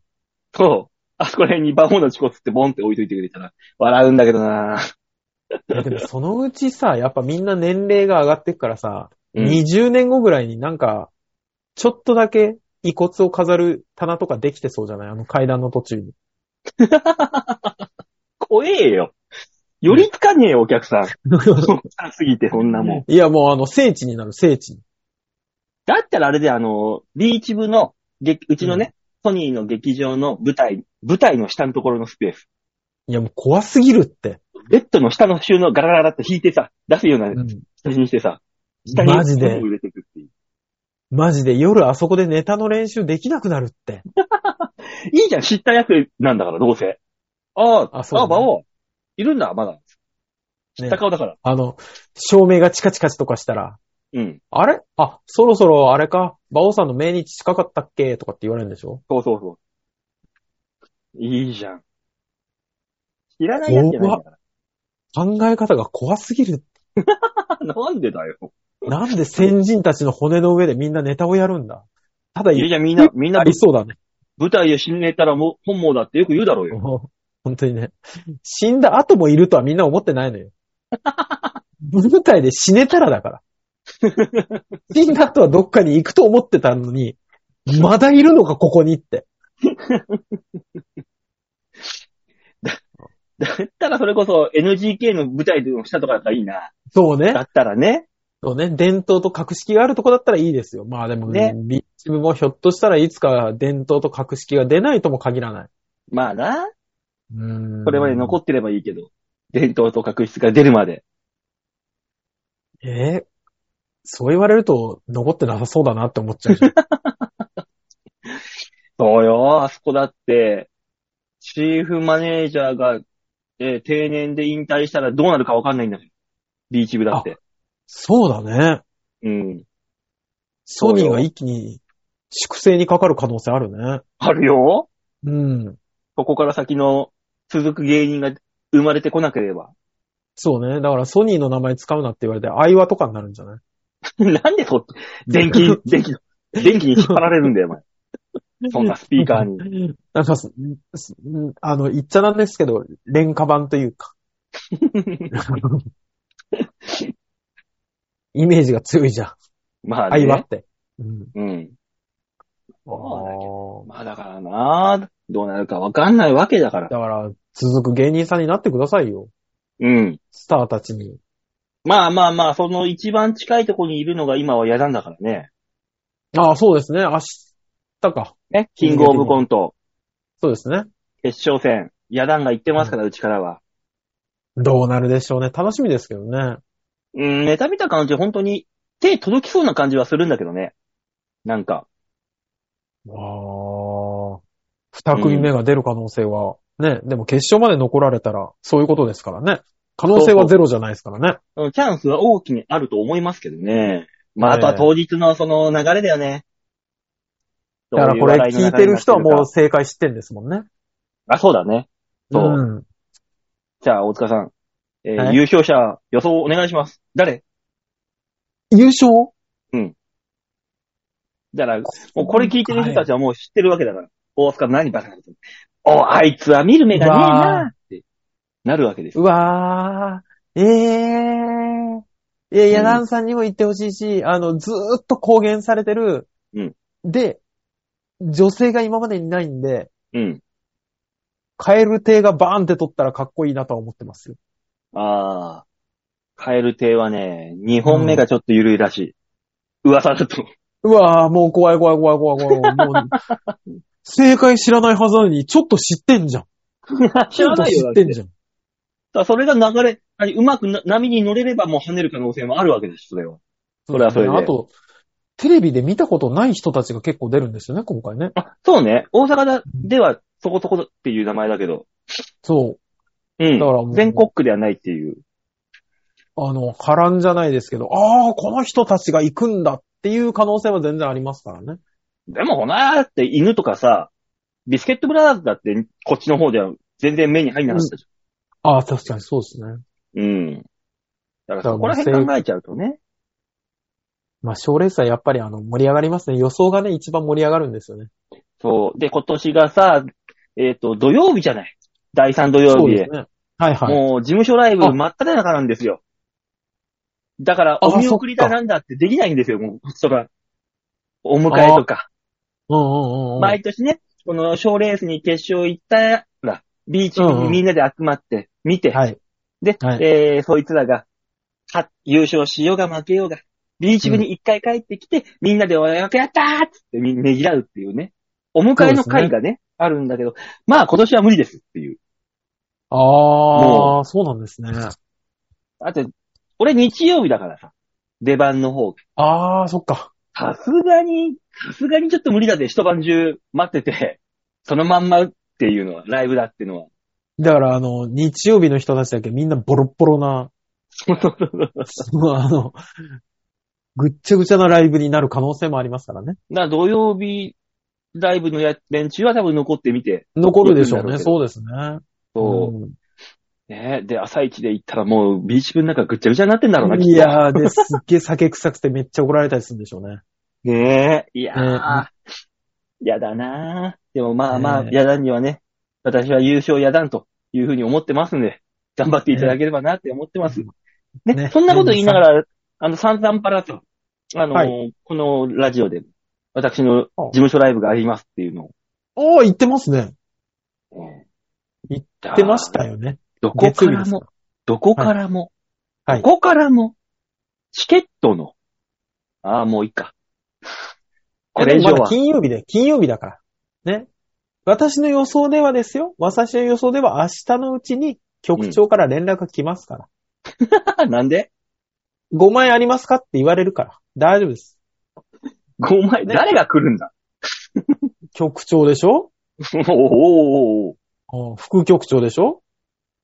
そう。あそこら辺に馬王の恥骨ってボンって置いといてくれたら、笑うんだけどな。
いやでもそのうちさ、やっぱみんな年齢が上がってくからさ、
うん
20年後ぐらいになんか、ちょっとだけ遺骨を飾る棚とかできてそうじゃないあの階段の途中 に。
怖えよ。寄りつかねえよ、お客さん。汚すぎて、そんなもん。
いや、もうあの、聖地になる、聖地に。
だったらあれで、あの、ビーチ部の、げうちのね、ソニーの劇場の舞台、舞台の下のところのスペース。
いや、もう怖すぎるって。
ベッドの下の収納ガラガラって引いてさ、出すような
うん
形にしてさ、下に
マジで
入れていくっていう。
マジで夜あそこでネタの練習できなくなるって。
いいじゃん、知ったやつなんだから、どうせ。ああ、
あ
あ、
そうだね
馬王。いるんだ、まだ。知った顔だから。
あの、照明がチカチカチとかしたら、
うん。
あれあ、そろそろあれか、馬王さんの命日近かったっけとかって言われるんでしょ
そうそうそう。いいじゃん。知らないやつじゃないんだから。
考え方が怖すぎる
なんでだよ。
なんで先人たちの骨の上でみんなネタをやるんだただ、
いや
い
じゃあみんな、みんな
ありそうだね。
舞台で死ねたらもう本望だってよく言うだろうよ。
本当にね。死んだ後もいるとはみんな思ってないのよ。舞台で死ねたらだ から。死んだ後はどっかに行くと思ってたのに、まだいるのか、ここにって。
だったらそれこそ NGK の舞台の下とかだったらいいな。
そうね
だ。ったらね。
そうね。伝統と格式があるとこだったらいいですよ。まあでもね
ね、
ビーチ部もひょっとしたらいつか伝統と格式が出ないとも限らない。
まあな。
うーん
これまで残ってればいいけど。伝統と確執が出るまで。
えーそう言われると残ってなさそうだなって思っちゃ うじゃん。
そうよ。あそこだって、チーフマネージャーが、えー定年で引退したらどうなるかわかんないんだよ。ビーチ部だって。
そうだね。
うん。
ソニー
そうよ
が一気に粛清にかかる可能性あるね。
あるよ。
うん。
ここから先の続く芸人が生まれてこなければ。
そうね。だからソニーの名前使うなって言われて、アイワとかになるんじゃない
なんでそっち、電気、電気、電気に引っ張られるんだよ、お前。そんなスピーカーに。
なんかす、すあの、言っちゃなんですけど、廉価版という か。イメージが強いじゃん。
まあ
アイワ
ね
っ。て。うん。
うん。そうだけ
あ
まあだからなどうなるかわかんないわけだか
ー
ら。
だから、続く芸人さんになってくださいよ。
うん。
スターたちに。
まあまあまあ、その一番近いとこにいるのが今は嫌なんだからね。
ああ、そうですね。明日か。
ね。キングオブコント、
そうですね。
決勝戦、野団が言ってますから、うちからは。
どうなるでしょうね。楽しみですけどね。
うん、ネタ見た感じ、本当に手届きそうな感じはするんだけどね。なんか、
ああ。二組目が出る可能性は、ね、でも決勝まで残られたら、そういうことですからね。可能性はゼロじゃないですからね。
うんチャンスは大きにあると思いますけどね。まあ、
え
あ
え
とは当日のその流れだよね。
だからこれ聞いてる人はもう
う。
正解知ってんですもんね。
あ、そうだね。そう。
うん。
じゃあ、大塚さん。えー
はい
優勝者予想お願いします。誰
優勝
だから、もうこれ聞いてる人たちはもう知ってるわけだから。大塚何バカなこと。お、あいつは見る目がねえ
うわ
なってなるわけです
う
よ。
わー、ええー。いやいや、
うん
ランさんにも言ってほしいし、あの、ずーっと公言されてる。
うん
で、女性が今までにないんで、
うん。
カエル亭がバーンって取ったらかっこいいなとは思ってますよ。
ああ。カエル亭はね、2本目がちょっと緩いらしい。噂だと。
うわー、もう怖い怖い怖い怖い怖い。もう正解知らないはずなのに、ちょっと知ってんじゃん。
知らない
ちょ
よ
っと知ってんじゃん。
だからそれが流れ、何うまくな波に乗れればもう跳ねる可能性もあるわけです、それは。それはそれで
あと、テレビで見たことない人たちが結構出るんですよね、今回ね。
あ、そうね。大阪だではそこそこっていう名前だけど。
そうう。だか
ん。
らもう、
全国区ではないっていう。
あの、波乱じゃないですけど、ああ、この人たちが行くんだっていう可能性は全然ありますからね。
でもほなーって犬とかさ、ビスケットブラザーズだってこっちの方では全然目に入んなかったじ
ああ、確かにそうですね。
ゃん。うん。だからそこら辺考えちゃうとね。
まあ、賞レースはやっぱりあの、盛り上がりますね。予想がね、一番盛り上がるんですよね。
そう。で、今年がさ、えっ、と、土曜日じゃない。第3土曜
そう
日で
で。
す
ね。はいはい。
もう事務所ライブ
あ
真っ只中なんですよ。だから、
あ
お見送りだ
そっか
なんだってできないんですよ、もう、そら。お迎えとか。
うんうんうんうん。
毎年ね、この賞レースに決勝行ったら、ビーチにみんなで集まって、見て、
はい。
で、
はい
えー、そいつらが、勝優勝しようが負けようが、ビーチ部に一回帰ってきて、みんなでおやくやったーっつってみねぎらうっていうね。お迎えの会がね、あるんだけど、まあ今年は無理ですっていう。
ああ、そうなんですね。
あと、俺日曜日だからさ、出番の方が。
ああ、そっか。
さすがに、さすがにちょっと無理だって一晩中待ってて、 そのまんまっていうのは、ライブだっていうのは。
だからあの、日曜日の人たちだけみんなボロッボロな、
そうそうそうそう。
そのあの、ぐっちゃぐちゃなライブになる可能性もありますからね。
だから土曜日ライブのや連中は多分残ってみて。
残るでしょうね。
そう。
そうですね。
そう
うん
ねで、朝一で行ったらもうビーチ部の中ぐっちゃぐちゃになってんだろうな、きっと
いやー、で、すっげー酒臭くてめっちゃ怒られたりするんでしょうね。
ねえ、いやー、
ね
やだなー。でもまあまあ、
ねえ
やだにはね、私は優勝やだんというふうに思ってますんで、頑張っていただければなって思ってます。ね、
ね
そんなこと言いながら、あの、散々パラと、あのー
は
このラジオで、私の事務所ライブがありますっていうのを。
おー、言ってますね。
言っ
言ってましたよね。
どこか
月曜日
ら
ですか
も、どこからも、
はい
どこからも、チケットの、ああ、もういいか。これ以上
いやでもまだ
は、
金曜日で、金曜日だから。ね。私の予想ではですよ。私の予想では明日のうちに局長から連絡が来ますから。
なんで
5枚ありますかって言われるから。大丈夫です。
?5 枚、
ね
誰が来るんだ
局長でしょ
おーおーおー
うん副局長でしょ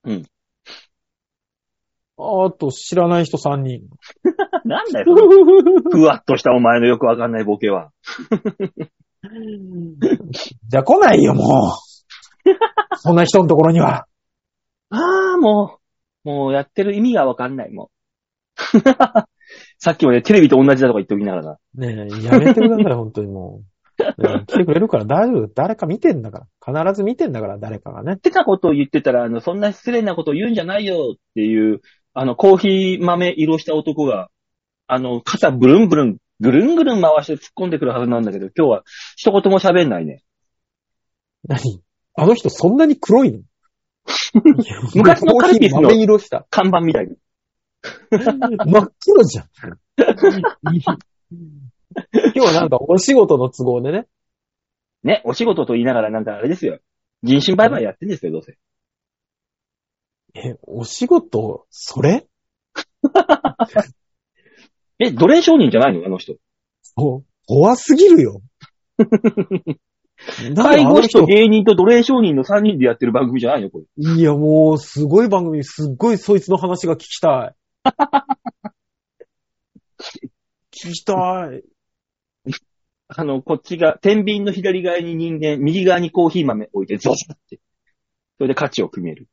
うん。
あと、知らない人3人。
なんだよ、その ふわっとしたお前のよくわかんないボケは。
じゃあ来ないよ、もう。そんな人のところには。
ああ、もう、もうやってる意味がわかんない、もう。 さっきもね、テレビと同じだとか言っておきながらな。
ねえ、やめてください、本当にも う。ねえ来てくれるから大丈夫。誰か見てんだから。必ず見てんだから、誰かがね。
ってたことを言ってたら、あの、そんな失礼なことを言うんじゃないよっていう、あの、コーヒー豆色した男が、あの、肩ブルンブルン、ぐるんぐるん回して突っ込んでくるはずなんだけど、今日は一言も喋んないね。
何あの人そんなに黒 いの
昔のカルピスの
コーヒー豆色 した。
看板みたいに。
真っ黒 じゃん。今日なんかお仕事の都合でね。
ね、お仕事と言いながらなんかあれですよ。人身売買やってんですよ、どうせ。
え、お仕事、それ
え、奴隷商人じゃないのあの人。
お怖すぎるよ。
介護士と芸人と奴隷商人の3人でやってる番組じゃないのこれ。
いや、もう、すごい番組、すっごいそいつの話が聞きた い。聞きたい。
あの、こっちが、天秤の左側に人間、右側にコーヒー豆置いて、ゾッって。それで価値を決める。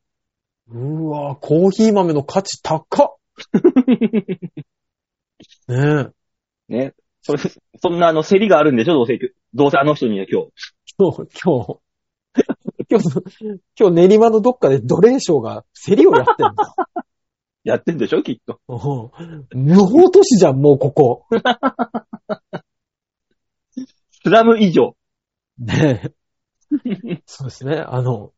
うわぁ、コーヒー豆の価値高 っねえ。
ね。それ、そんなあの、競りがあるんでしょどうせ、どうせあの人には今日。
今日、今日、 今日そ、今日練馬のどっかで奴隷商が競りをやってん だ。
やってんでしょきっと。
うん無法都市じゃん、もうここ。
スラム以上。
ねえ。 そうですね。あの、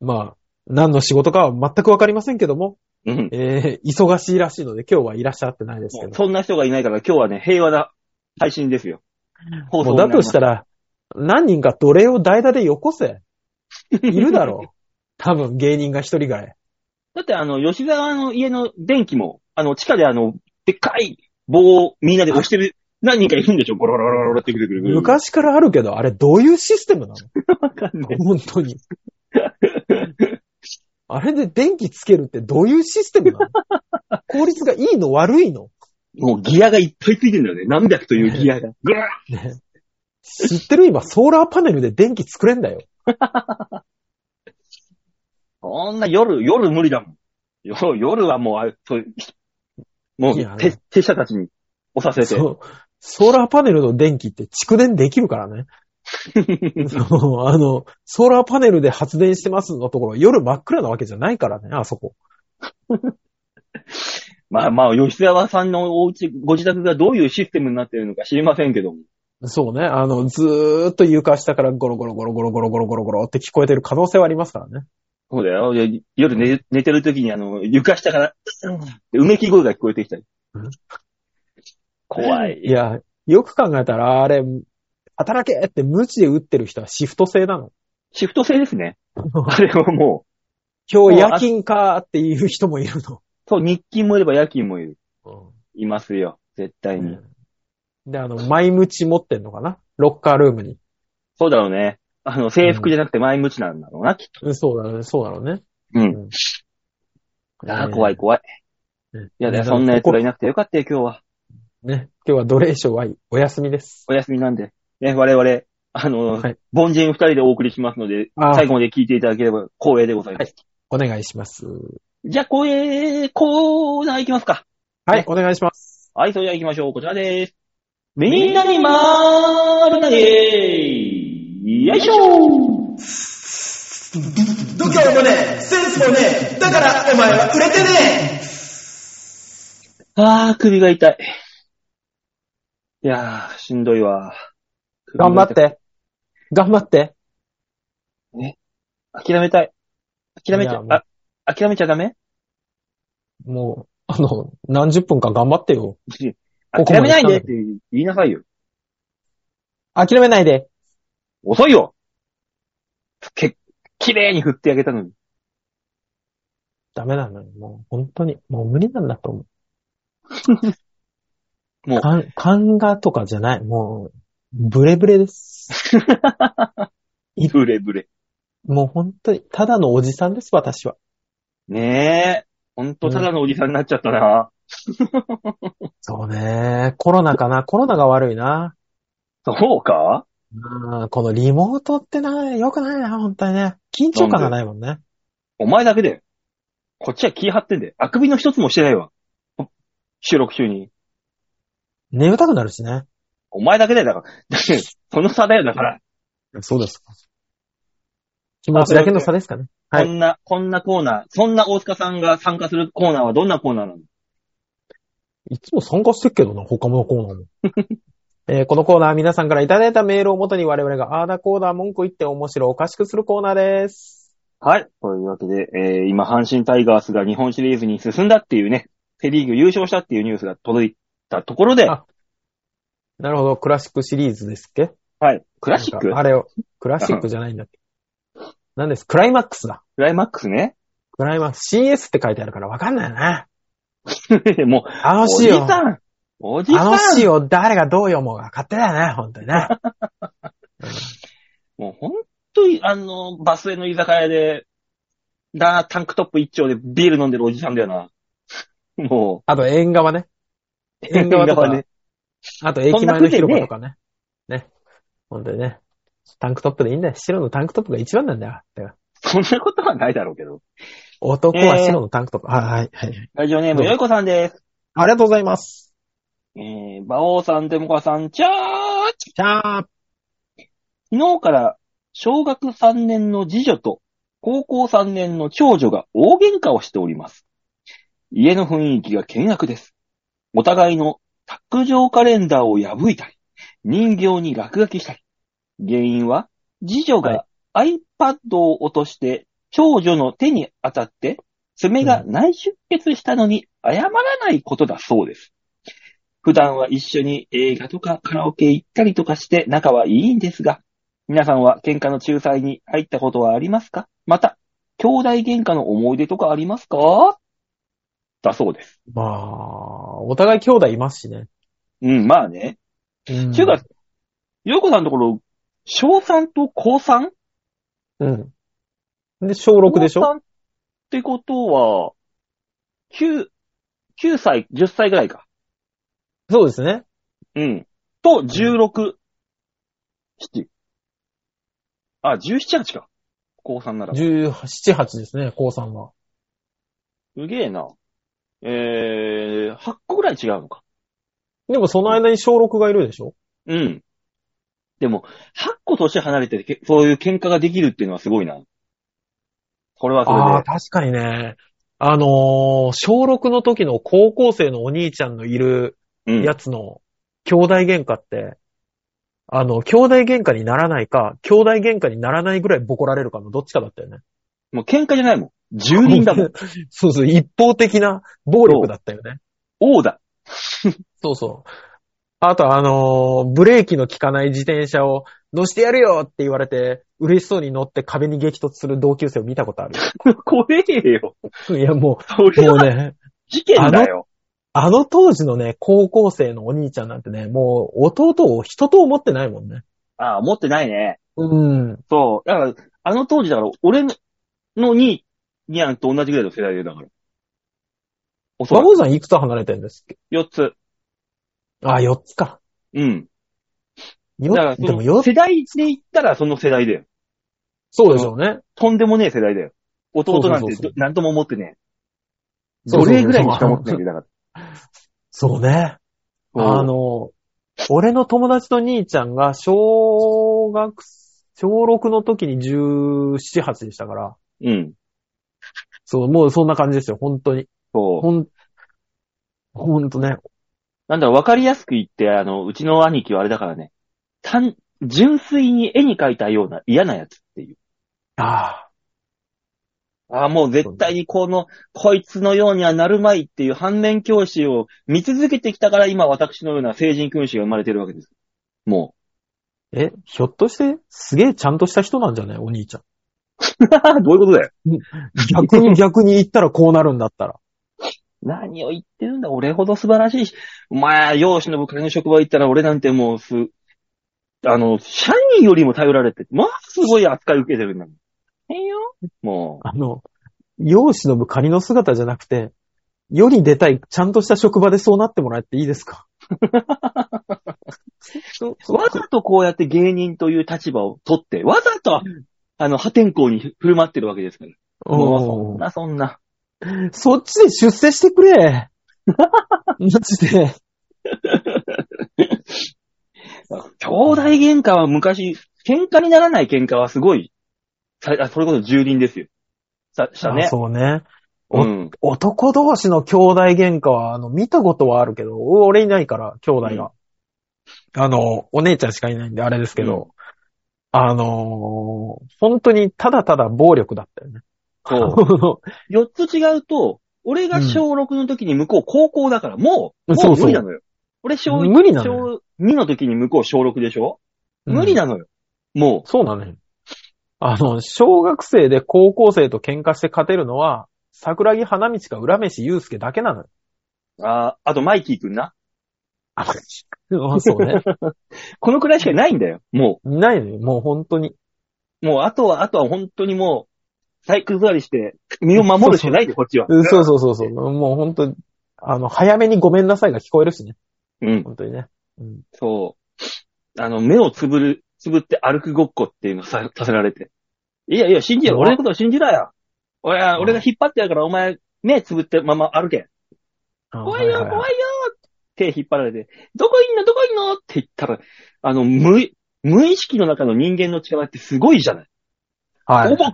まあ、何の仕事かは全くわかりませんけども、
うん。
えー、忙しいらしいので今日はいらっしゃってないですけど。
そんな人がいないから今日はね、平和な配信ですよ。放
もうだとしたら、何人か奴隷を代打でよこせ。
ら
いるだ ろう。多分芸人が一人ぐらい。
だってあの、吉沢の家の電気も、あの、地下であの、でっかい棒をみんなで押してる何人かいるんでしょゴロゴロゴロゴロってくるくるくる。
昔からあるけど、あれどういうシステムなの
わかんない。
本当に。あれで電気つけるってどういうシステムなの 効率がいいの悪いの
もうギアがいっぱいついてるんだよね。何百というギアが。ぐらー
ね知ってる今、ソーラーパネルで電気作れんだよ。
こんな夜、夜無理だもん。夜、夜はもうあれ、そういうもう
いや、
手、手下たちに押させて。
そう。ソーラーパネルの電気って蓄電できるから ね。そうあの、ソーラーパネルで発電してますのところ、夜真っ暗なわけじゃないからね、あそこ。
まあまあ、吉沢さんのお家、ご自宅がどういうシステムになってるのか知りませんけども。
そうね。あの、ずーっと床下からゴロゴロゴロゴロゴロゴロゴロゴロって聞こえてる可能性はありますからね。
そうだよ。で夜寝寝てる時にあの、床下から、うんってうめき声が聞こえてきたり
うん。
怖
い
い。
や、よく考えたら、あれ、働けって無知で打ってる人はシフト制なの。
シフト制ですね。あれはも
今日夜勤かーっていう人もいるの。
う、そう、日勤もいれば夜勤もいる。いますよ。絶対に。
で、あの、前ムチ持ってんのかなロッカールームに。
そうだろうね。あの、制服じゃなくて前向ちなんだろうな、きっと。
うんそうだろうね、そうだろうね。
うん。ああ、怖い怖い。
うん。い
いやだよ、そんな奴がいなくてよかったよ、今日は。
ね、今日は奴隷賞はお休みです。
お休みなんで。ね、我々、あの、
はい
凡人二人でお送りしますので、
あー
最後まで聞いていただければ光栄でございます。
お願いします。
じゃあ、これ、コーナー行きますか。
はい、
ね
お願いします。
はい、それでは行きましょう。こちらです。みんなにまーる投げよいしょ
度胸もねえ、センスもねえ、だからお前は売れてねえ
あー、首が痛い。いやー、しんどいわ。
頑張っ
首が
て。頑張って。
痛い。諦めたい。諦めち
い
ゃ
やも、う
あ、諦めちゃダメ
もう、あの、何十分か頑張ってよ。
諦
ここまで
めないでって言いなさいよ。
諦めないで。
遅いよけ、綺麗に振ってあげたのに。
ダメなのよ。もう、本当に、もう無理なんだと思 う。
もう
かん、勘がとかじゃない。もう、ブレブレです。
ブレブレ。
もう本当に、ただのおじさんです、私は。
ねえ。ほんとただのおじさんになっちゃったな。
そうね。コロナかな。コロナが悪いな。
そうか
うん、このリモートってな、良くないな、本当にね。緊張感がないもんね。
お前だけだよ。こっちは気張ってんだよ。あくびの一つもしてないわ。ほ収録中に。
眠たくなるしね。
お前だけだよ、だから。 だってその差だよ、だから。
そうですか。気持ちだけの差ですかね。はい
こんな、こんなコーナー、そんな大塚さんが参加するコーナーはどんなコーナーなの
いつも参加してっけどな、他のコーナーも。 えーこのコーナーは皆さんからいただいたメールをもとに我々があーだコーナー文句言って面白おかしくするコーナーです。
はい。というわけで、えー、今、阪神タイガースが日本シリーズに進んだっていうね、セリーグ優勝したっていうニュースが届いたところで、
あなるほど、クラシックシリーズですっけ
はい。クラシック
なんかあれを、クラシックじゃないんだっけ。何ですクライマックスだ。
クライマックスね。
クライマックス。CS って書いてあるからわかんないよね。
もう、
あ
お
の
じ
詩を、
さ
あ
んおじさん
の詩を誰がどう読もうが勝手だよね、本当にね。
もう本当に、あの、バスへの居酒屋で、な、タンクトップ一丁でビール飲んでるおじさんだよな。 も
あと、縁側ね。
う、
縁側とか
縁ね。
あと、駅前の広場とかね。ね。ほんとにね。タンクトップでいいんだよ。白のタンクトップが一番なんだよ。だから
そんなことはないだろうけど。
男は白のタンクトップ。はいはいはい。
ラジオネーム、
どうぞ
よいこさんです。
ありがとうございます。
えー、馬王さん、デモカさん、ちゃーち
じゃあ、
昨日から、小学3年の次女と、高校3年の長女が大喧嘩をしております。家の雰囲気が険悪です。お互いの卓上カレンダーを破いたり、人形に落書きしたり。原因は、次女が iPad を落として、長女の手に当たって、爪が内出血したのに謝らないことだそうです。普段は一緒に映画とかカラオケ行ったりとかして仲はいいんですが、皆さんは喧嘩の仲裁に入ったことはありますかまた、兄弟喧嘩の思い出とかありますかだそうです。
まあ、お互い兄弟いますしね。
うん、まあね。
うん
中学、ようこさんのところ、小3と高 3?
うん。で、小6でし
高
ょ
3ってことは、9、9歳、10歳ぐらいか。
そうですね。
うん。と、16、7。あ、17、8か。高3なら。
17、8ですね、高3は。
すげえな。えー、8個ぐらい違うのか。
でもその間に小6がいるでしょ
うん。でも、8個年離れてて、けそういう喧嘩ができるっていうのはすごいな。これはそ
あ
れ
あ、
で。
確かにね。あのー小6の時の高校生のお兄ちゃんのいる
うん。
やつの兄弟喧嘩って、あの、兄弟喧嘩にならないか、兄弟喧嘩にならないぐらいボコられるかのどっちかだったよね。
もう喧嘩じゃないもん。住人だもん。
そうそう、一方的な暴力だったよね。
王だ。
そうそう。あとあのーブレーキの効かない自転車を乗してやるよって言われて、嬉しそうに乗って壁に激突する同級生を見たことある。
怖えよ。
いやも、
そうれ
もう
は
ね、
事件だよ。
あの当時のね、高校生のお兄ちゃんなんてね、もう弟を人と思ってないもんね。
ああ、持ってないね。
うん。
そう。だから、あの当時だから、俺の兄、ニャンと同じぐらいの世代でだから。おそ
馬
らく
王さんいくつ離れてるんですっけ
4つ。
あ、4つか。
うん。
よ
だから、
でも
その
4つ
世代で言ったらその世代だよ。
そうでしょうね。
とんでもねえ世代だよ。弟なん
そう
て
そうそうそう
何とも思ってねえ。
そう
奴
そうそう
隷ぐらいにしか思ってないんだか
そうね。
ら。
あの、俺の友達の兄ちゃんが小学、小6の時に17、8でしたから、
うん。
そう、もうそんな感じですよ、本当に。
そう。
ほん、ほんとね。
なんだろう、わかりやすく言って、あの、うちの兄貴はあれだからね、単、純粋に絵に描いたような嫌なやつっていう。
ああ、
ああ、もう絶対にこの、こいつのようにはなるまいっていう反面教師を見続けてきたから今私のような成人君子が生まれてるわけです。もう。
え、ひょっとして、すげえちゃんとした人なんじゃないお兄ちゃん。
どういうことだよ。
逆に逆に言ったらこうなるんだったら。
何を言ってるんだ俺ほど素晴らしいし、お前、容姿の部下の職場行ったら俺なんてもうす、あの、社員よりも頼られて、まあすごい扱い受けてるんだもん。えんよも
あの、世を忍ぶ仮の姿じゃなくて、世に出たい、ちゃんとした職場でそうなってもらっていいですかそう
う、わざとこうやって芸人という立場を取って、わざと、あの、破天荒に振る舞ってるわけですから。もうそんな、そんな。
うん そっちで出世してく れマジで。
兄弟喧嘩は昔、喧嘩にならない喧嘩はすごい、さあそれこそ住人ですよ。さ、した
あ
ね。
そうね。
う。
うん男同士の兄弟喧嘩は、あの、見たことはあるけど、俺いないから、兄弟が。あの、お姉ちゃんしかいないんで、あれですけど、あのー本当にただただ暴力だったよね。
そう。四つ違うと、俺が小6の時に向こう高校だから、もう、
そ
も
う
う
そう
無理なのよ。俺小1、
無理なのよ
小2の時に向こう小6でしょ、無理
だ。
なのよ。も
そうなのよ。あの、小学生で高校生と喧嘩して勝てるのは、桜木花道か浦飯祐介だけなのよ。
う、あーあとマイキーくんな。
あ、そうね。
このくらいしかないんだよ、も
いないのよ、もう本当に。
もう、あとは、あとは本当にもう、体育座りして、身を守るしかないで、こっちは。
うんそうそうそうそう。もう本当あの、早めにごめんなさいが聞こえるしね。
うん。
本当にね。うん。
そう。あの、目をつぶる、つぶって歩くごっこっていうのさ、させられて。いやいや、信じろ。
うわ
俺のことを信じろよ。俺は、
うん
俺が引っ張ってやるから、お前、目つぶってまま歩け。
あ
怖いよ、
は
怖い
は
よ手引っ張られて、どこいんの、どこいんのって言ったら、あの、無い、無意識の中の人間の力ってすごいじゃない。
はい。
ほぼ、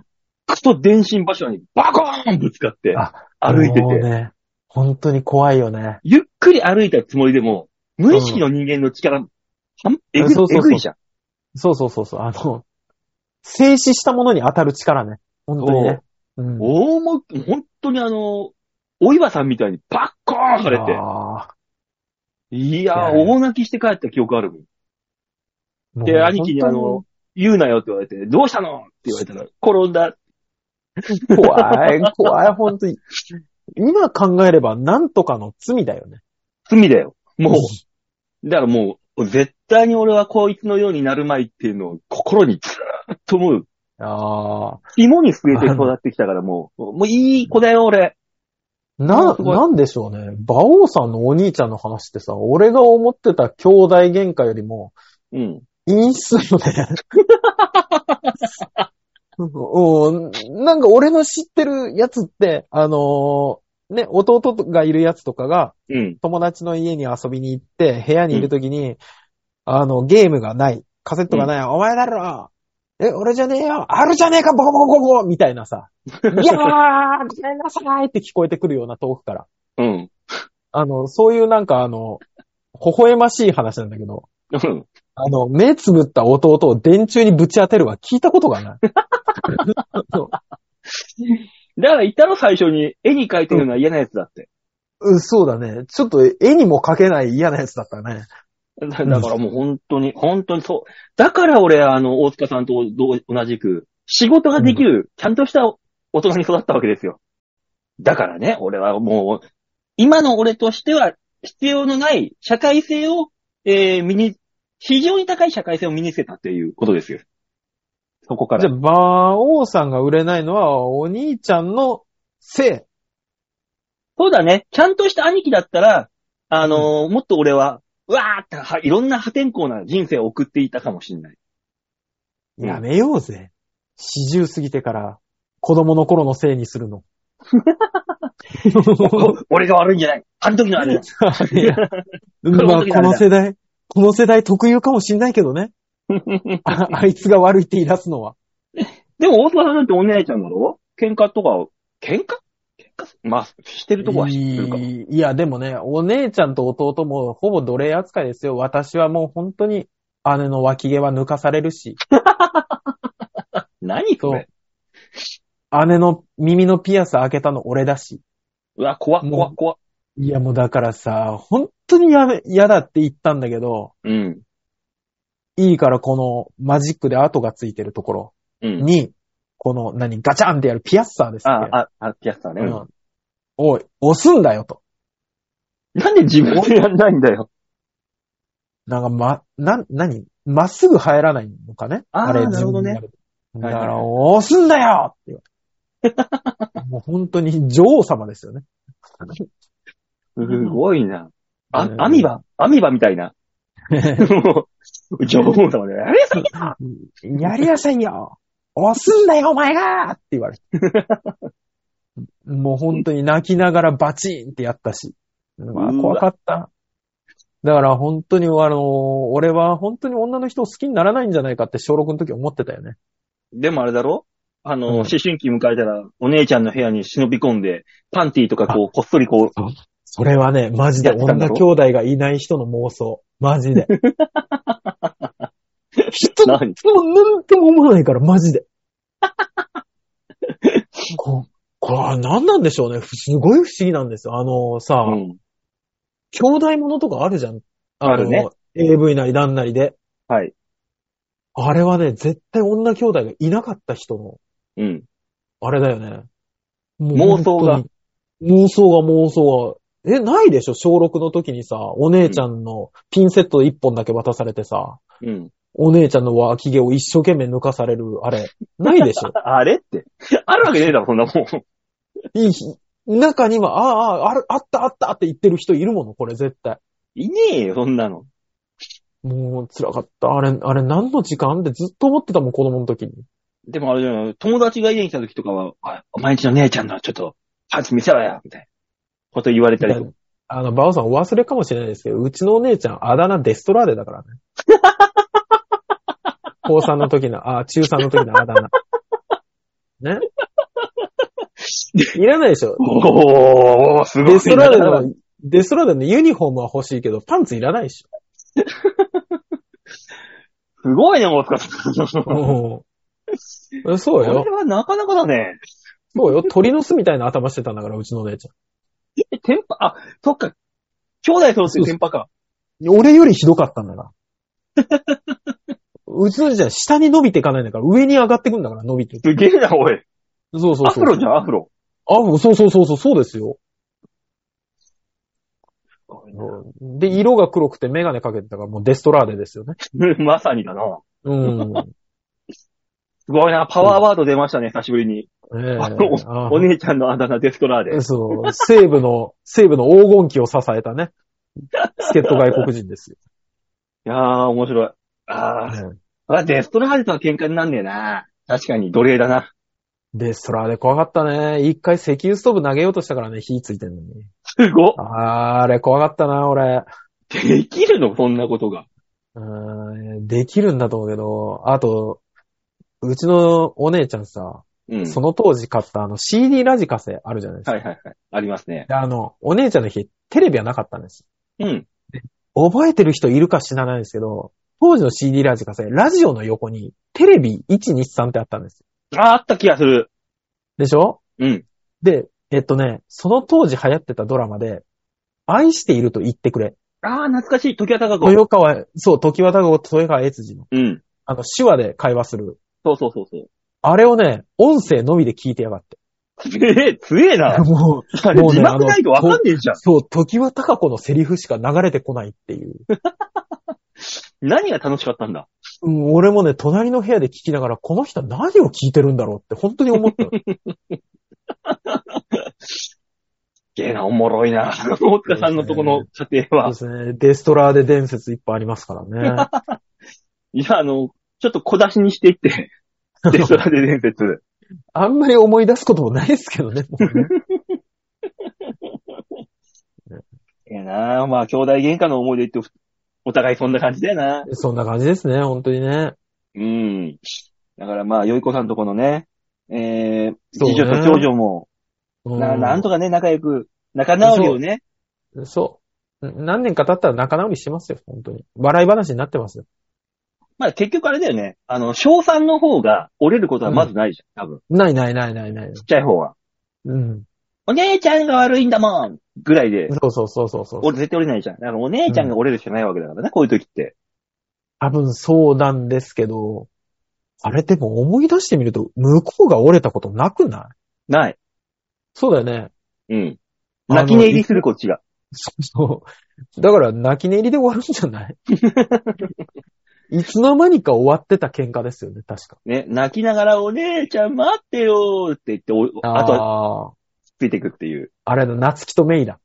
くと電信柱にバコーンぶつかって
あ、
歩いて
もう
て、
ね、本当に怖いよね。
ゆっくり歩いたつもりでも、無意識の人間の力、半えぐ
そうそうそう
えぐいじゃん。
そうそうそうそう。あの、静止したものに当たる力ね。本当にね。うん。
大も、本当にあの、お岩さんみたいにバッコーンされて、
ああ
いやー、
ね
大泣きして帰った記憶あるもん。
もう
で、兄貴にあの
本、
言うなよって言われて、どうしたのって言われたら、転んだ。
当に怖い、怖い、本当に。今考えれば、なんとかの罪だよね。
罪だよ。も う、だからもう、絶対に俺はこいつのようになるまいっていうのを心にずーっと思う。
ああ。
芋に据えて育ってきたからもう、もういい子だよ、俺。
な、
すごい
なんでしょうね。馬王さんのお兄ちゃんの話ってさ、俺が思ってた兄弟喧嘩よりも、
うん。
陰すよね。 うんなんか俺の知ってるやつって、あのーね、弟がいるやつとかが、
うん。
友達の家に遊びに行って、部屋にいるときに、あの、ゲームがない、カセットがない、お前だろえ、俺じゃねえよあるじゃねえかボコボコボコボコみたいな さ、いやーごめんなさいって聞こえてくるような遠くから。
うん。
あの、そういうなんかあの、微笑ましい話なんだけど、
うん。
あの、目つぶった弟を電柱にぶち当てるは聞いたことがない。
だから言ったろ、最初に。絵に描いてるのは嫌なやつだって。
うん、そうだね。ちょっと絵にも描けない嫌なやつだったね。
だだからもう本当に、本当にそう。だから俺、あの、大塚さんと同同じく、仕事ができる、ちゃんとした大人に育ったわけですよ。だからね、俺はもう、今の俺としては必要のない社会性を、えー身に、非常に高い社会性を身につけたっていうことですよ。そこか
じゃあ、
ら。
馬王さんが売れないのは、お兄ちゃんのせ
そうだね。ちゃんとした兄貴だったら、あのーもっと俺は、うわーってはいろんな破天荒な人生を送っていたかもしれ ない。
い。やめようぜ。四十過ぎてから、子供の頃のせいにする の。
俺が悪いんじゃない。あの時の あれだ。
いやまあ、この世代、この世代特有かもしんないけ どね。ああいつが悪いって言い出すのは。
でも、大塚さんなんてお姉ちゃんだろ喧嘩とかを、喧嘩喧嘩すまあ、してるとこは知ってるかも。
いいや、でもね、お姉ちゃんと弟もほぼ奴隷扱いですよ。私はもう本当に姉の脇毛は抜かされるし、
何それ
姉の耳のピアス開けたの俺だし。
うわ、怖っ、
もう
怖っ、怖っ。
いや、もうだからさ、本当にやめ、嫌だって言ったんだけど、
うん。
いいからこのマジックで跡がついてるところ
うん。
に、この何、ガチャンってやるピアッサーです
あ
ね。
あ、あ、あ、ピアスだね。
うん。おい、押すんだよと。
なんで自分でやんないんだよ。
なんか、ま、な、何まっすぐ入らないのかね
あー
れ、
なるほどね
自分でやると。だ
はい
か
はい
ら、
はい
押すんだよって言われてもう本当に女王様ですよね。
すごいな。あ
う、ん
アミバアミバみたい な。もう、女王様で、あれさ
やりなさいよ押すんだよお前がって言われて。 もう本当に泣きながらバチーンってやったし。うわ
うわ
怖かった。だから本当に、あの、俺は本当に女の人を好きにならないんじゃないかって小6の時思ってたよね。
でもあれだろあの、
うん
思春期迎えたら、お姉ちゃんの部屋に忍び込んで、パンティーとかこう、こっそりこ
それはね、マジで
やってたんだ
女
ろ
兄弟がいない人の妄想。マジ で。人の、
何
人のなんとも思わないから、マジで。 ここれは何なんでしょうね。すごい不思議なんですよ。あのさ、
う、うん。
兄弟ものとかあるじゃん。
あるね
の。AV なりなんなりで。
はい。
あれはね、絶対女兄弟がいなかった人の、
うん。
あれだよね。もう
妄想が
本当に。妄想が妄想が。え、ないでしょ小6の時にさ、お姉ちゃんのピンセット一本だけ渡されてさ、
うん。
お姉ちゃんの脇毛を一生懸命抜かされる、あれ。ないでしょ
あれって。あるわけねえだろ、そんなもん。
いい中には、ああ、ある、あったあったって言ってる人いるもの、これ絶対。
いねえよ、そんなの。
もう辛かった。あれ、あれ何の時間ってずっと思ってたもん、子供の時に。
でもあれじゃない、友達が家に来た時とかは、あお前んちの姉ちゃんのちょっと、パンツ見せろや、みたいなこと言われたりとか。
あの、バオさんお忘れかもしれないですけど、うちのお姉ちゃん、あだ名デストラーデだからね。高3の時の、あ、中3の時のあだ名。ねいらないでしょ。
おー、すごい
デ
な
ストラーデの、デストラーデのユニフォームは欲しいけど、パンツいらないでし
すごいね、大塚さん。
ょ。もうそ
こ
うよ
れ。はなかなかだね。
そうよ。鳥の巣みたいな頭してたんだから、うちのお姉ちゃ
え、テンパ、あ、そっか。兄弟揃って
そうそう
テンパか。
ん。俺よりひどかったんだ から。うちのお姉ちゃん、下に伸びていかないんだから、上に上がってくんだから、伸びて。
すげえな、おい。
そうそう
ア
そ
フ
う。
ロじゃん、アフロ。
あ、そうそうそうそう、そうですよ。で、色が黒くてメガネかけてたから、もうデストラーデですよね。
まさにだな。
うん。
すごいな、パワーワード出ましたね、久しぶりに。
ええ
あの
あ
お姉ちゃんのあだ名デストラーで。
そう、西部の、西部の黄金期を支えたね、助っ人外国人ですよ。
いやー、面白い。あー、あデストラーデとは喧嘩になんねえな。確かに、奴隷だな。
デストラーデ怖かったね。一回石油ストーブ投げようとしたからね、火ついてるのに。
すごっ。
あーあれ怖かったな、俺。
できるのそんなことが。
うーん、できるんだと思うけど、あと、うちのお姉ちゃんさ、
うん。
その当時買ったあの CD ラジカセあるじゃないですか。
はいはいはい。ありますね。
であの、お姉ちゃんの日、テレビはなかったんです。
うん。
覚えてる人いるか知らないですけど、当時の CD ラジカセ、ラジオの横にテレビ123ってあったんです。
あー、あった気がする。
でしょ
うん。
で、えっとね、その当時流行ってたドラマで、愛していると言ってくれ。
あー、懐かしい。時は高子。
豊川、そう、時和田子と豊川悦司の、
うん。
あの、手話で会話する。
そうそうそうそう。
あれをね、音声のみで聞いてやがって。
ええ、強えな。
もう、
あれ
もうね
字幕ないとわかんねえじゃん。
そう、時和高子のセリフしか流れてこないっていう。
何が楽しかったんだ
うん、俺もね、隣の部屋で聞きながら、この人は何を聞いてるんだろうって本当に思った。
すげえな、おもろいな。大塚さんのとこの家庭は。
そうですね。 デストラーデ伝説いっぱいありますからね。
いや、あの、ちょっと小出しにしてい って。デストラで伝説。
あんまり思い出すこともないですけどね。もうね
ええなまあ、兄弟喧嘩の思い出って、お互いそんな感じだよな。
そんな感じですね、本当にね。
うん。だからまあ、よいこさんとこのね、えー、
そうね
次女と長女も、
う
ななんとかね、仲良く、仲直りをね、
そう。ん何年か経ったら仲直りしますよ、本当に。笑い話になってますよ。
まあ結局あれだよね、あの、小3の方が折れることはまずないじゃん、多分。
ないないないないない。
ちっちゃい方は。
うん。
お姉ちゃんが悪いんだもんぐらいで、
そうそうそうそうそう。
俺絶対折れないじゃん。だからお姉ちゃんが折れるしかないわけだからね、こういう時って。
多分そうなんですけど、あれでも思い出してみると、向こうが折れたことなくない
ない。
そうだよね。
うん。
あの
泣き寝入りするこっちが。
そうそう。だから泣き寝入りで終わるんじゃない いつの間にか終わってた喧嘩ですよね、確か。
ね、泣きながらお姉ちゃん待ってよーって言って、おあとは
ああ。
ついていくっていう。
あれだ、夏希とメイだ。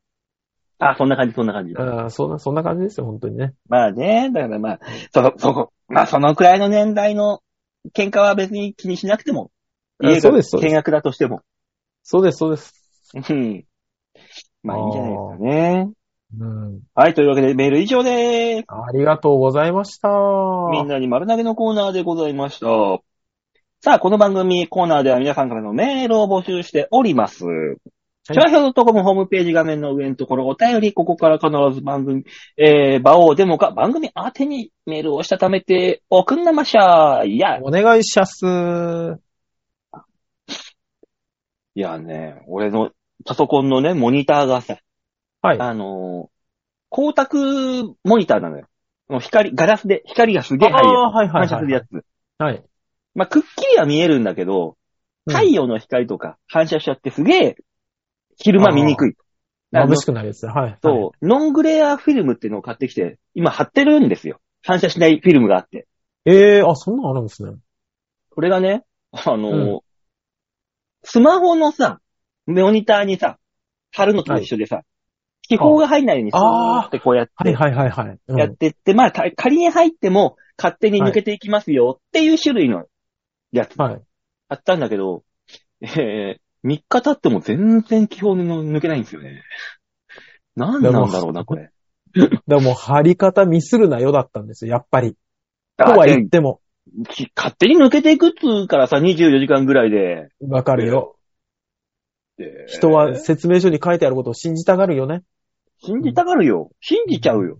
あ、そんな感じ、そんな感じ。
うん、そんな、そんな感じですよ、本当にね。
まあね、だからまあ、その、そこ、まあそのくらいの年代の喧嘩は別に気にしなくても、
うん
家
そ
が
うですそうです
見学だとしても。
そうです、そうです。
うん。まあいいんじゃないですかね。
うん。
はい、というわけでメール以上でーす。
ありがとうございました。
みんなに丸投げのコーナーでございました。さあ、この番組コーナーでは皆さんからのメールを募集しております。チョアヒョドットコムホームページ画面の上のところお便り、ここから必ず番組、えー、場をデモか番組宛てにメールをしたためておくんなましゃー。いや、
お願いします。はい
やね、俺のパソコンのね、モニターがさ、
い。
あのー光沢モニターなのよ。もう光、ガラスで、光がすげえ入るや
あーはい
つ。
は
反射
い
す
は
る
い。
やつ。
はい。
まあ、くっきりは見えるんだけど、
うん
太陽の光とか反射しちゃってすげえ、昼間見にくい。あの
眩しくなるやつ。はい。はい。
そう、ノングレアフィルムっていうのを買ってきて、今貼ってるんですよ。反射しないフィルムがあって。
ええあ、そんなのあるんですね。
これがね、あの、
う
スマホのさ、モニターにさ、貼るのと一緒でさ、気泡が入んないように、
あー
そうってこうやって、
はいはいはいはい。うん
やってって、まあ、た仮に入っても勝手に抜けていきますよっていう種類のやつ、
はい。
あったんだけど、えー、3日経っても全然気泡の抜けないんですよね。なんなんだろうな、これ。
でも、貼り方ミスるなよだったんですよ、やっぱり。と
だ
は
って
言っても、
き勝手に抜けていくっつうからさ、24時間ぐらいで。
わかるよ。
で
人は説明書に書いてあることを信じたがるよね。
信じたがるよ。信じちゃうよ。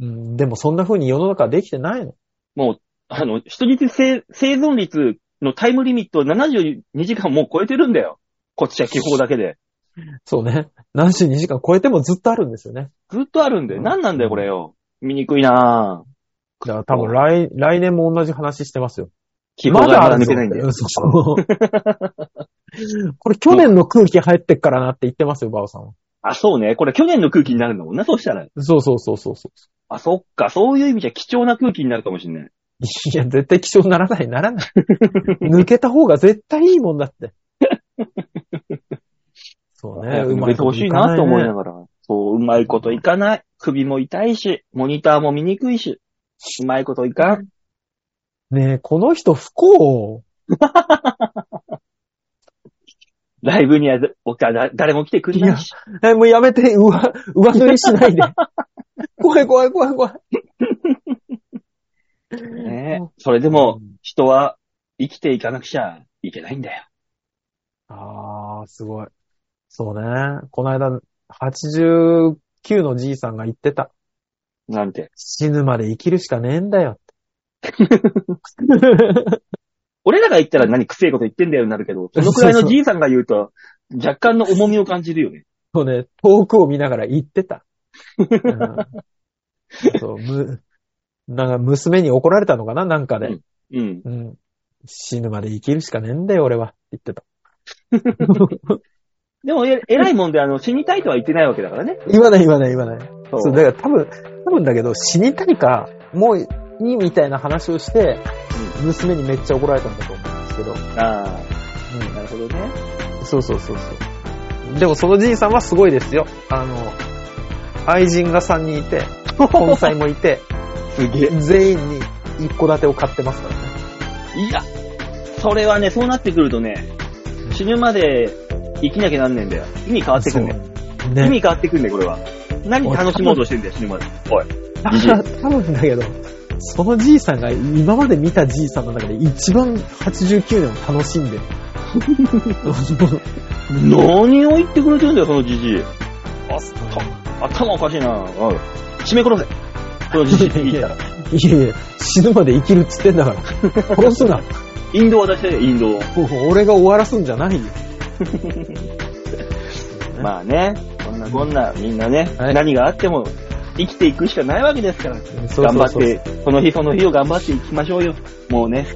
うん、でもそんな風に世の中はできてないの。
もう、あの、人質生生存率のタイムリミットを72時間もう超えてるんだよ。こっちは気泡だけで。
そうね。何時2時間超えてもずっとあるんですよね。
ずっとあるんだよ。何なんだよ、これよ。見にくいなぁ。
だから多分来、来年も同じ話してますよ。
気泡がまだ
ん
抜けないんだよ。
そうそう。 これ去年の空気入ってっからなって言ってますよ、バオさんは。
あ、そうね。これ去年の空気になるんだもんな、そうしたら。
そうそうそうそうそう。
あ、そっか。そういう意味じゃ貴重な空気になるかもしれない。
いや、絶対気象にならない、ならない。 抜けた方が絶対いいもんだ って。そうね、うま
抜
い
けてほしいなと思いながら。そう、うまいこといかない。首も痛いし、モニターも見にくいし、うまいこといかん。
ねえ、この人不幸。
ライブにはぜお客だ誰も来てくれないし。
え、もうやめて、うわ、上塗りし ないで。怖い怖い怖い怖い。
ねえそれでも、人は生きていかなくちゃいけないんだよ。
あー、すごい。そうね。この間、89のじいさんが言ってた。
なんて。
死ぬまで生きるしかねえんだよ って。
俺らが言ったら何くせえこと言ってんだよになるけど、そのくらいのじいさんが言うと、若干の重みを感じるよね。
そうね、遠くを見ながら言って た。うんそう、む、なんか娘に怒られたのかななんかで。
うん。
うん。死ぬまで生きるしかねえんだよ、俺は。言ってた。
でも、え、偉いもんで、あの、死にたいとは言ってないわけだからね。
言わない言わない言わない。
そ
そう、だから多分、多分だけど、死にたいか、もういいみたいな話をして、娘にめっちゃ怒られたんだと思うんですけど。
ああ、なるほどね。
そうそうそうそう。でもそのじいさんはすごいですよ。あの、愛人が3人い て、本妻もいて、
すげえ。
全員に一戸建てを買ってますからね。
いや、それはね、そうなってくるとね、死ぬまで生きなきゃなんねえんだよ。意味変わってくんだよ。
そう
意
ね。
味変わってくんだよ、これは。何楽しもうとしてんだよ、死ぬまで。おい。
だから多分だけど、そのじいさんが今まで見たじいさんの中で一番89年を楽しん でる。
何を言ってくれてるんだよ、そのじじい。頭おかしいなおい。締め殺せ。そのじじい言い たら。
いやいや、死ぬまで生きるっつってんだから。殺すな。
インドを出して、インドを。
もう俺が終わらすんじゃないよ。
まあね、こんなこんな、みんなね、
はい
何があっても生きていくしかないわけですから。
そう
頑
そ
張
う
っ
そう
て、その日その日を頑張っていきましょうよ。もうね。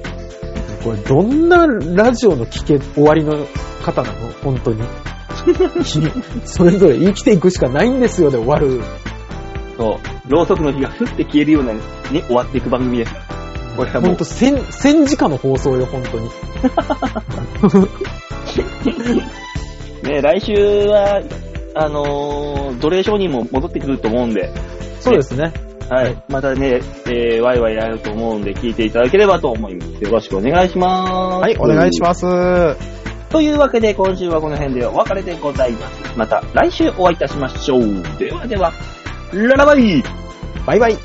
これどんなラジオの聞け終わりの方なの本 当に。それぞれ生きていくしかないんですよで終わる。
そう。ろうそくの火がふって消えるようなね、終わっていく番組ですから。これはも
ほん
う
と、、戦、戦時下の放送よ、本当に。
ね、来週は、あのー奴隷商人も戻ってくると思うんで、
そうですね。
はい。またね、えー、ワイワイやると思うんで、聞いていただければと思います。よろしくお願いします。
はい、お願いします。
す。というわけで、今週はこの辺でお別れでございます。また来週お会いいたしましょう。ではでは、ララバイ
バイバイ。